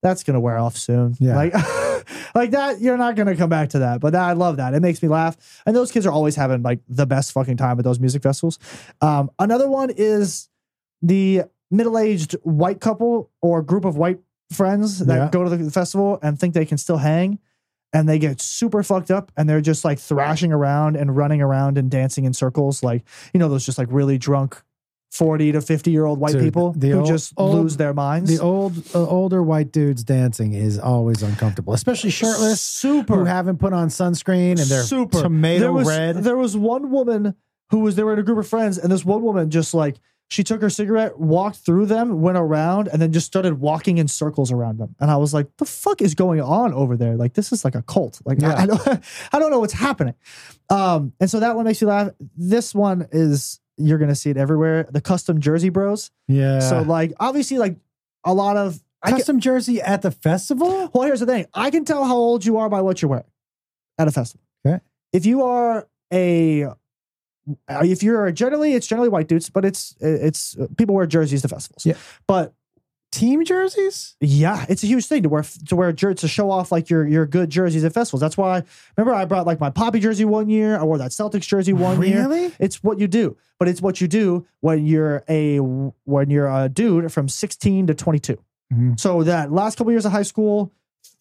[SPEAKER 1] that's gonna wear off soon.
[SPEAKER 2] Yeah.
[SPEAKER 1] Like, like that, you're not gonna come back to that. But I love that. It makes me laugh. And those kids are always having like the best fucking time at those music festivals. Um, another one is the middle-aged white couple or group of white friends that
[SPEAKER 2] Yeah.
[SPEAKER 1] go to the festival and think they can still hang and they get super fucked up and they're just like thrashing around and running around and dancing in circles like you know those just like really drunk 40 to 50 year old white
[SPEAKER 2] Dude,
[SPEAKER 1] people
[SPEAKER 2] the
[SPEAKER 1] who
[SPEAKER 2] old-
[SPEAKER 1] just
[SPEAKER 2] old-
[SPEAKER 1] lose their minds
[SPEAKER 2] The old, uh, older white dudes dancing is always uncomfortable, especially shirtless who
[SPEAKER 1] super
[SPEAKER 2] haven't put on sunscreen and they're
[SPEAKER 1] super
[SPEAKER 2] tomato
[SPEAKER 1] there was,
[SPEAKER 2] red.
[SPEAKER 1] There was one woman who was they were in a group of friends, and this one woman just like she took her cigarette, walked through them, went around, and then just started walking in circles around them. And I was like, "The fuck is going on over there? Like this is like a cult. Like I, I don't, I don't know what's happening." Um, and so that one makes you laugh. This one is you're gonna see it everywhere. The custom Jersey Bros.
[SPEAKER 2] yeah.
[SPEAKER 1] so like obviously like a lot of I can,
[SPEAKER 2] custom jersey at the festival?
[SPEAKER 1] well, here's the thing. I can tell how old you are by what you're wearing at a festival.
[SPEAKER 2] Okay.
[SPEAKER 1] If you are a, uh, if you're a generally, it's generally white dudes, but it's uh, it's people wear jerseys to festivals.
[SPEAKER 2] Yeah.
[SPEAKER 1] But
[SPEAKER 2] Team jerseys?
[SPEAKER 1] yeah, it's a huge thing to wear to wear jerseys to show off like your your good jerseys at festivals. That's why remember I brought like my Poppy jersey one year. I wore that Celtics jersey one year.
[SPEAKER 2] really?
[SPEAKER 1] It's what you do, but it's what you do when you're a when you're a dude from 16 to 22.
[SPEAKER 2] Mhm.
[SPEAKER 1] So that last couple years of high school,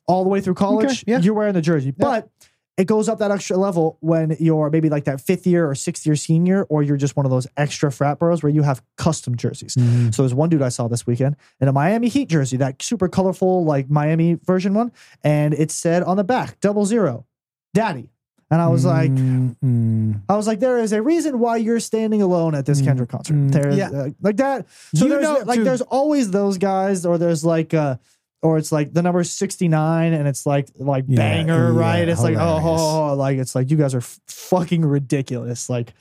[SPEAKER 1] all the way through college,
[SPEAKER 2] yeah.
[SPEAKER 1] you're wearing the jersey. But it goes up that extra level when you're maybe like that fifth year or sixth year senior, or you're just one of those extra frat bros where you have custom jerseys.
[SPEAKER 2] Mhm.
[SPEAKER 1] So there's one dude I saw this weekend in a Miami Heat jersey, that super colorful like Miami version one, and it said on the back double zero, daddy. And I was like,
[SPEAKER 2] Mm-mm.
[SPEAKER 1] I was like, there is a reason why you're standing alone at this
[SPEAKER 2] Mm,
[SPEAKER 1] Kendrick concert.
[SPEAKER 2] mm,
[SPEAKER 1] There is
[SPEAKER 2] yeah.
[SPEAKER 1] uh, like that. So
[SPEAKER 2] You
[SPEAKER 1] there's
[SPEAKER 2] know,
[SPEAKER 1] like
[SPEAKER 2] dude-
[SPEAKER 1] there's always those guys, or there's like uh or it's like the number 69 and it's like like
[SPEAKER 2] Yeah,
[SPEAKER 1] banger,
[SPEAKER 2] yeah,
[SPEAKER 1] right? It's like, oh,
[SPEAKER 2] hilarious.
[SPEAKER 1] oh, oh, like it's like you guys are f- fucking ridiculous. Like,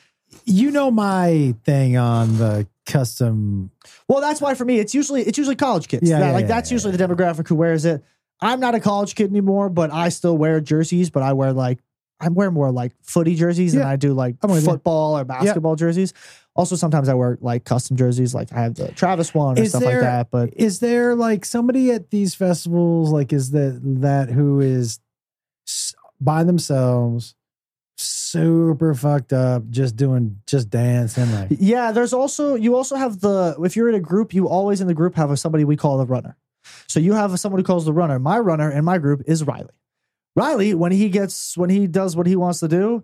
[SPEAKER 2] you know my thing on the custom.
[SPEAKER 1] well, that's why for me, it's usually it's usually college kids.
[SPEAKER 2] Yeah,
[SPEAKER 1] That-
[SPEAKER 2] yeah,
[SPEAKER 1] like
[SPEAKER 2] yeah,
[SPEAKER 1] that's
[SPEAKER 2] yeah,
[SPEAKER 1] usually the demographic who wears it. I'm not a college kid anymore, but I still wear jerseys, but I wear like I wear more like footy jerseys than
[SPEAKER 2] Yeah.
[SPEAKER 1] I do like
[SPEAKER 2] I'm with you.
[SPEAKER 1] football or basketball jerseys. Also, sometimes I wear like custom jerseys, like I have the Travis one or
[SPEAKER 2] Is
[SPEAKER 1] stuff like
[SPEAKER 2] there-
[SPEAKER 1] that. But
[SPEAKER 2] Is there like somebody at these festivals? Like, is that that who is s- by themselves, super fucked up, just doing just dancing? Like,
[SPEAKER 1] yeah, there's also you also have the if you're in a group, you always in the group have a, somebody we call the runner. So you have someone who calls the runner. My runner in my group is Riley. Riley, when he gets when he does what he wants to do,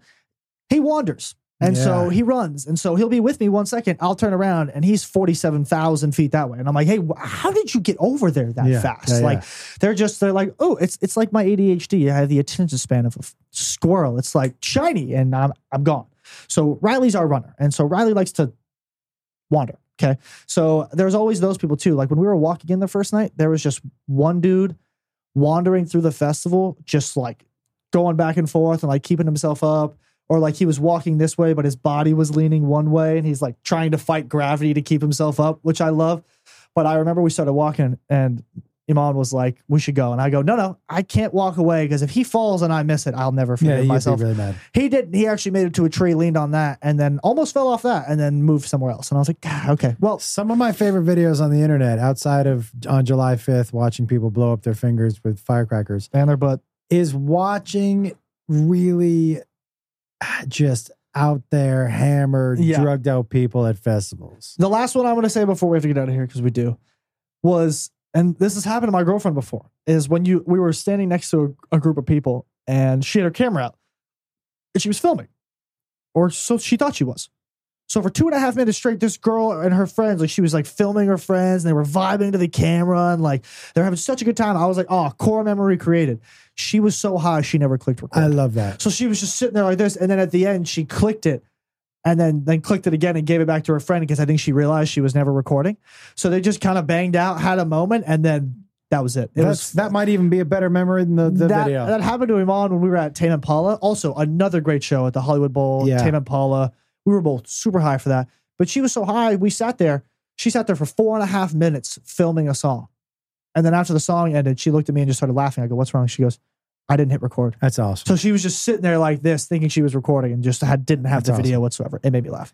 [SPEAKER 1] he wanders. And so
[SPEAKER 2] Yeah.
[SPEAKER 1] he runs. And so he'll be with me one second. I'll turn around and he's 47,000 feet that way. And I'm like, hey, wh- how did you get over there that
[SPEAKER 2] Yeah,
[SPEAKER 1] fast?
[SPEAKER 2] yeah, yeah.
[SPEAKER 1] like, they're just, they're like, oh, it's it's like my ADHD. I have the attention span of a f- squirrel. It's like shiny and I'm, I'm gone. So Riley's our runner. And so Riley likes to wander. Okay. So there's always those people too. Like when we were walking in the first night, there was just one dude wandering through the festival, just like going back and forth and like keeping himself up, or like he was walking this way, but his body was leaning one way, and he's like trying to fight gravity to keep himself up, which I love. But I remember we started walking, and Iman was like, "We should go," and I go, "No, no, I can't walk away because if he falls and I miss it, I'll never
[SPEAKER 2] Yeah,
[SPEAKER 1] forgive
[SPEAKER 2] you'd
[SPEAKER 1] myself."
[SPEAKER 2] be really mad.
[SPEAKER 1] He didn't. He actually made it to a tree, leaned on that, and then almost fell off that, and then moved somewhere else. And I was like, "God, okay, well,
[SPEAKER 2] Some of my favorite videos on the internet, outside of on July 5th, watching people blow up their fingers with firecrackers,
[SPEAKER 1] and their butt.
[SPEAKER 2] is watching really ah, just out there hammered,
[SPEAKER 1] Yeah.
[SPEAKER 2] drugged out people at festivals.
[SPEAKER 1] The last one I'm going to say before we have to get out of here because we do was, and this has happened to my girlfriend before, is when you we were standing next to a, a group of people and she had her camera out and she was filming, or so she thought she was. So for two and a half minutes straight, this girl and her friends, like she was like filming her friends and they were vibing to the camera and like they're having such a good time. I was like, oh, core memory created. She was so high she never clicked record.
[SPEAKER 2] I love that.
[SPEAKER 1] So she was just sitting there like this, and then at the end she clicked it, and then then clicked it again and gave it back to her friend because I think she realized she was never recording. So they just kind of banged out, had a moment, and then that was it. It
[SPEAKER 2] That's,
[SPEAKER 1] was
[SPEAKER 2] that might even be a better memory than the, the
[SPEAKER 1] that,
[SPEAKER 2] video.
[SPEAKER 1] that happened to Iman when we were at Tame Impala. Also, another great show at the Hollywood Bowl.
[SPEAKER 2] Yeah.
[SPEAKER 1] Tame Impala. We were both super high for that, but she was so high. We sat there. She sat there for four and a half minutes filming a song, and then after the song ended, she looked at me and just started laughing. I go, "What's wrong?" She goes, "I didn't hit record."
[SPEAKER 2] That's awesome.
[SPEAKER 1] So she was just sitting there like this, thinking she was recording, and just had didn't have
[SPEAKER 2] That's
[SPEAKER 1] the video whatsoever. It made me laugh.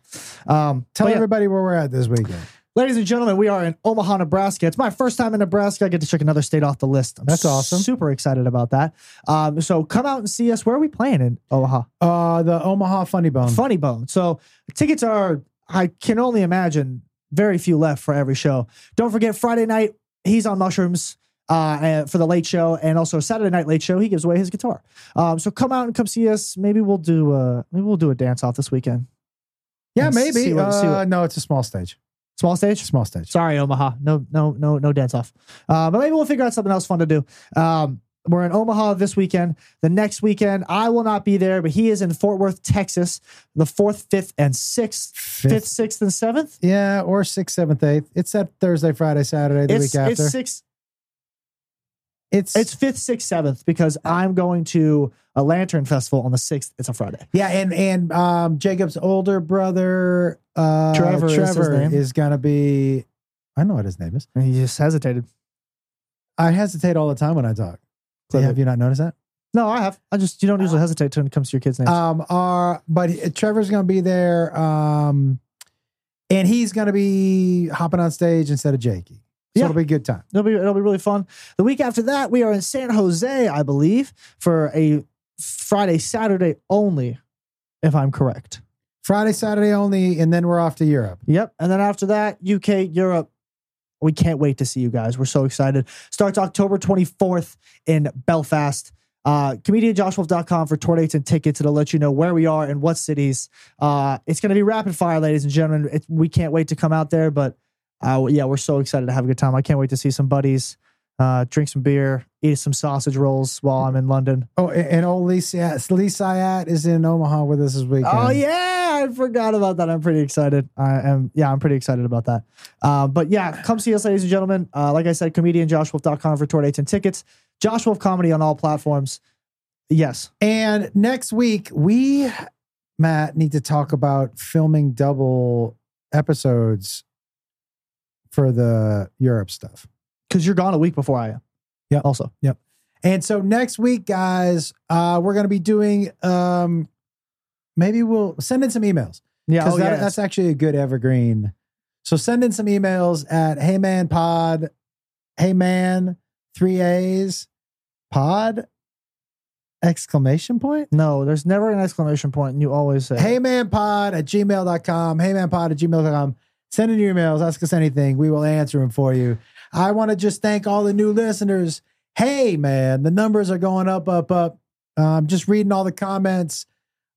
[SPEAKER 1] Um,
[SPEAKER 2] Tell
[SPEAKER 1] but yeah,
[SPEAKER 2] everybody where we're at this weekend.
[SPEAKER 1] ladies and gentlemen, we are in Omaha, Nebraska. It's my first time in Nebraska. I get to check another state off the list. I'm
[SPEAKER 2] That's awesome.
[SPEAKER 1] Super excited about that. Um, so come out and see us. Where are we playing in Omaha?
[SPEAKER 2] Uh, the Omaha Funny Bone.
[SPEAKER 1] Funny Bone. So tickets are, I can only imagine, very few left for every show. Don't forget Friday night, he's on mushrooms uh, and- for the late show, and also Saturday night late show, he gives away his guitar. Um, so come out and come see us. Maybe we'll do a maybe we'll do a dance off this weekend.
[SPEAKER 2] yeah,
[SPEAKER 1] And
[SPEAKER 2] maybe.
[SPEAKER 1] see what- see
[SPEAKER 2] Uh,
[SPEAKER 1] what-
[SPEAKER 2] no, it's a small stage.
[SPEAKER 1] Small stage.
[SPEAKER 2] Small stage.
[SPEAKER 1] Sorry, Omaha. No, no, no, no dance off. Uh, but maybe we'll figure out something else fun to do. Um, we're in Omaha this weekend. The next weekend, I will not be there, but he is in Fort Worth, Texas, the fourth, fifth, and sixth,
[SPEAKER 2] Fifth.
[SPEAKER 1] fifth, sixth, and seventh.
[SPEAKER 2] Yeah, or sixth, seventh, eighth. It's that Thursday, Friday, Saturday, the
[SPEAKER 1] It's
[SPEAKER 2] week after.
[SPEAKER 1] it's
[SPEAKER 2] It's,
[SPEAKER 1] six, it's fifth, sixth, seventh because I'm going to a Lantern Festival on the sixth. It's a Friday.
[SPEAKER 2] yeah, and and um, Jacob's older brother uh,
[SPEAKER 1] Trevor is his
[SPEAKER 2] Trevor
[SPEAKER 1] name.
[SPEAKER 2] is gonna be. I know what his name is.
[SPEAKER 1] And he just hesitated.
[SPEAKER 2] I hesitate all the time when I talk.
[SPEAKER 1] Clearly.
[SPEAKER 2] Have you not noticed that?
[SPEAKER 1] No, I have. I just you don't usually hesitate when it comes to your kids' names.
[SPEAKER 2] Um, our but he- Trevor's gonna be there, um, and he's gonna be hopping on stage instead of Jakey. So
[SPEAKER 1] Yeah.
[SPEAKER 2] it'll be a good time.
[SPEAKER 1] It'll be it'll be really fun. The week after that, we are in San Jose, I believe, for a Friday Saturday only, if I'm correct.
[SPEAKER 2] Friday, Saturday only, and then we're off to Europe.
[SPEAKER 1] Yep. And then after that, UK, Europe. We can't wait to see you guys. We're so excited. Starts October 24th in Belfast. Uh, ComedianJoshWolf.com for tour dates and tickets. It'll let you know where we are and what cities. Uh, it's going to be rapid fire, ladies and gentlemen. It, we can't wait to come out there, but uh, yeah, we're so excited to have a good time. I can't wait to see some buddies, uh, drink some beer, eat some sausage rolls while I'm in London.
[SPEAKER 2] Oh, and, and old Lee Syatt, Lee Syatt is in Omaha with us this weekend.
[SPEAKER 1] Oh yeah, I forgot about that. I'm pretty excited. I am. Yeah, I'm pretty excited about that. Uh, but yeah, come see us, ladies and gentlemen. Uh, like I said, comedianjoshwolf.com for tour dates and tickets. Josh Wolf comedy on all platforms. Yes,
[SPEAKER 2] And next week, we, Matt, need to talk about filming double episodes for the Europe stuff.
[SPEAKER 1] because you're gone a week before I am.
[SPEAKER 2] Yeah.
[SPEAKER 1] Also,
[SPEAKER 2] And so next week, guys, uh, we're going to be doing, um, maybe we'll send in some emails
[SPEAKER 1] yeah.
[SPEAKER 2] because
[SPEAKER 1] oh,
[SPEAKER 2] that,
[SPEAKER 1] yeah.
[SPEAKER 2] that's actually a good evergreen. So send in some emails at heymanpod, heyman, three A's, pod, exclamation point.
[SPEAKER 1] no, there's never an exclamation point, and you always say,
[SPEAKER 2] heymanpod at gmail.com, heymanpod at gmail.com. Send in your emails, ask us anything. We will answer them for you. I want to just thank all the new listeners. Hey, man, the numbers are going up, up, up. Um, just reading all the comments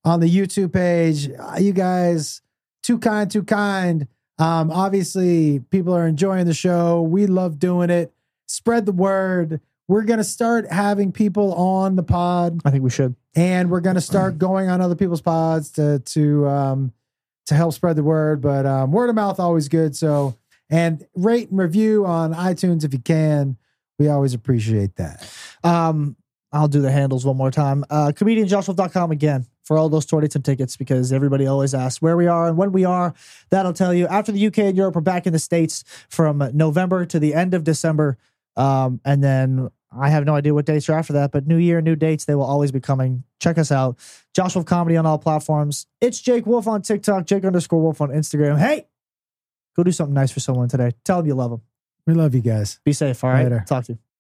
[SPEAKER 2] on the YouTube page. Uh, you guys, too kind, too kind. Um, obviously, people are enjoying the show. We love doing it. Spread the word. We're going to start having people on the pod
[SPEAKER 1] I think we should."
[SPEAKER 2] and we're going to start going on other people's pods to to um to help spread the word but um, word of mouth always good so and rate and review on itunes if you can we always appreciate that
[SPEAKER 1] Um, I'll do the handles one more time. Uh, ComedianJoshWolf.com again.
[SPEAKER 2] for all those tour dates and tickets because everybody always asks where we are and when we are. That'll tell you. After the UK and Europe, we're back in the States from November to the end of December. Um, and then I have no idea what dates are after that, but new year, new dates, they will always be coming. Check us out. Josh Wolf Comedy on all platforms. It's Jake Wolf on TikTok, Jake underscore Wolf on Instagram. Hey, go do something nice for someone today. Tell them you love them.
[SPEAKER 1] We love you guys.
[SPEAKER 2] Be safe. All right.
[SPEAKER 1] Later.
[SPEAKER 2] Talk to you.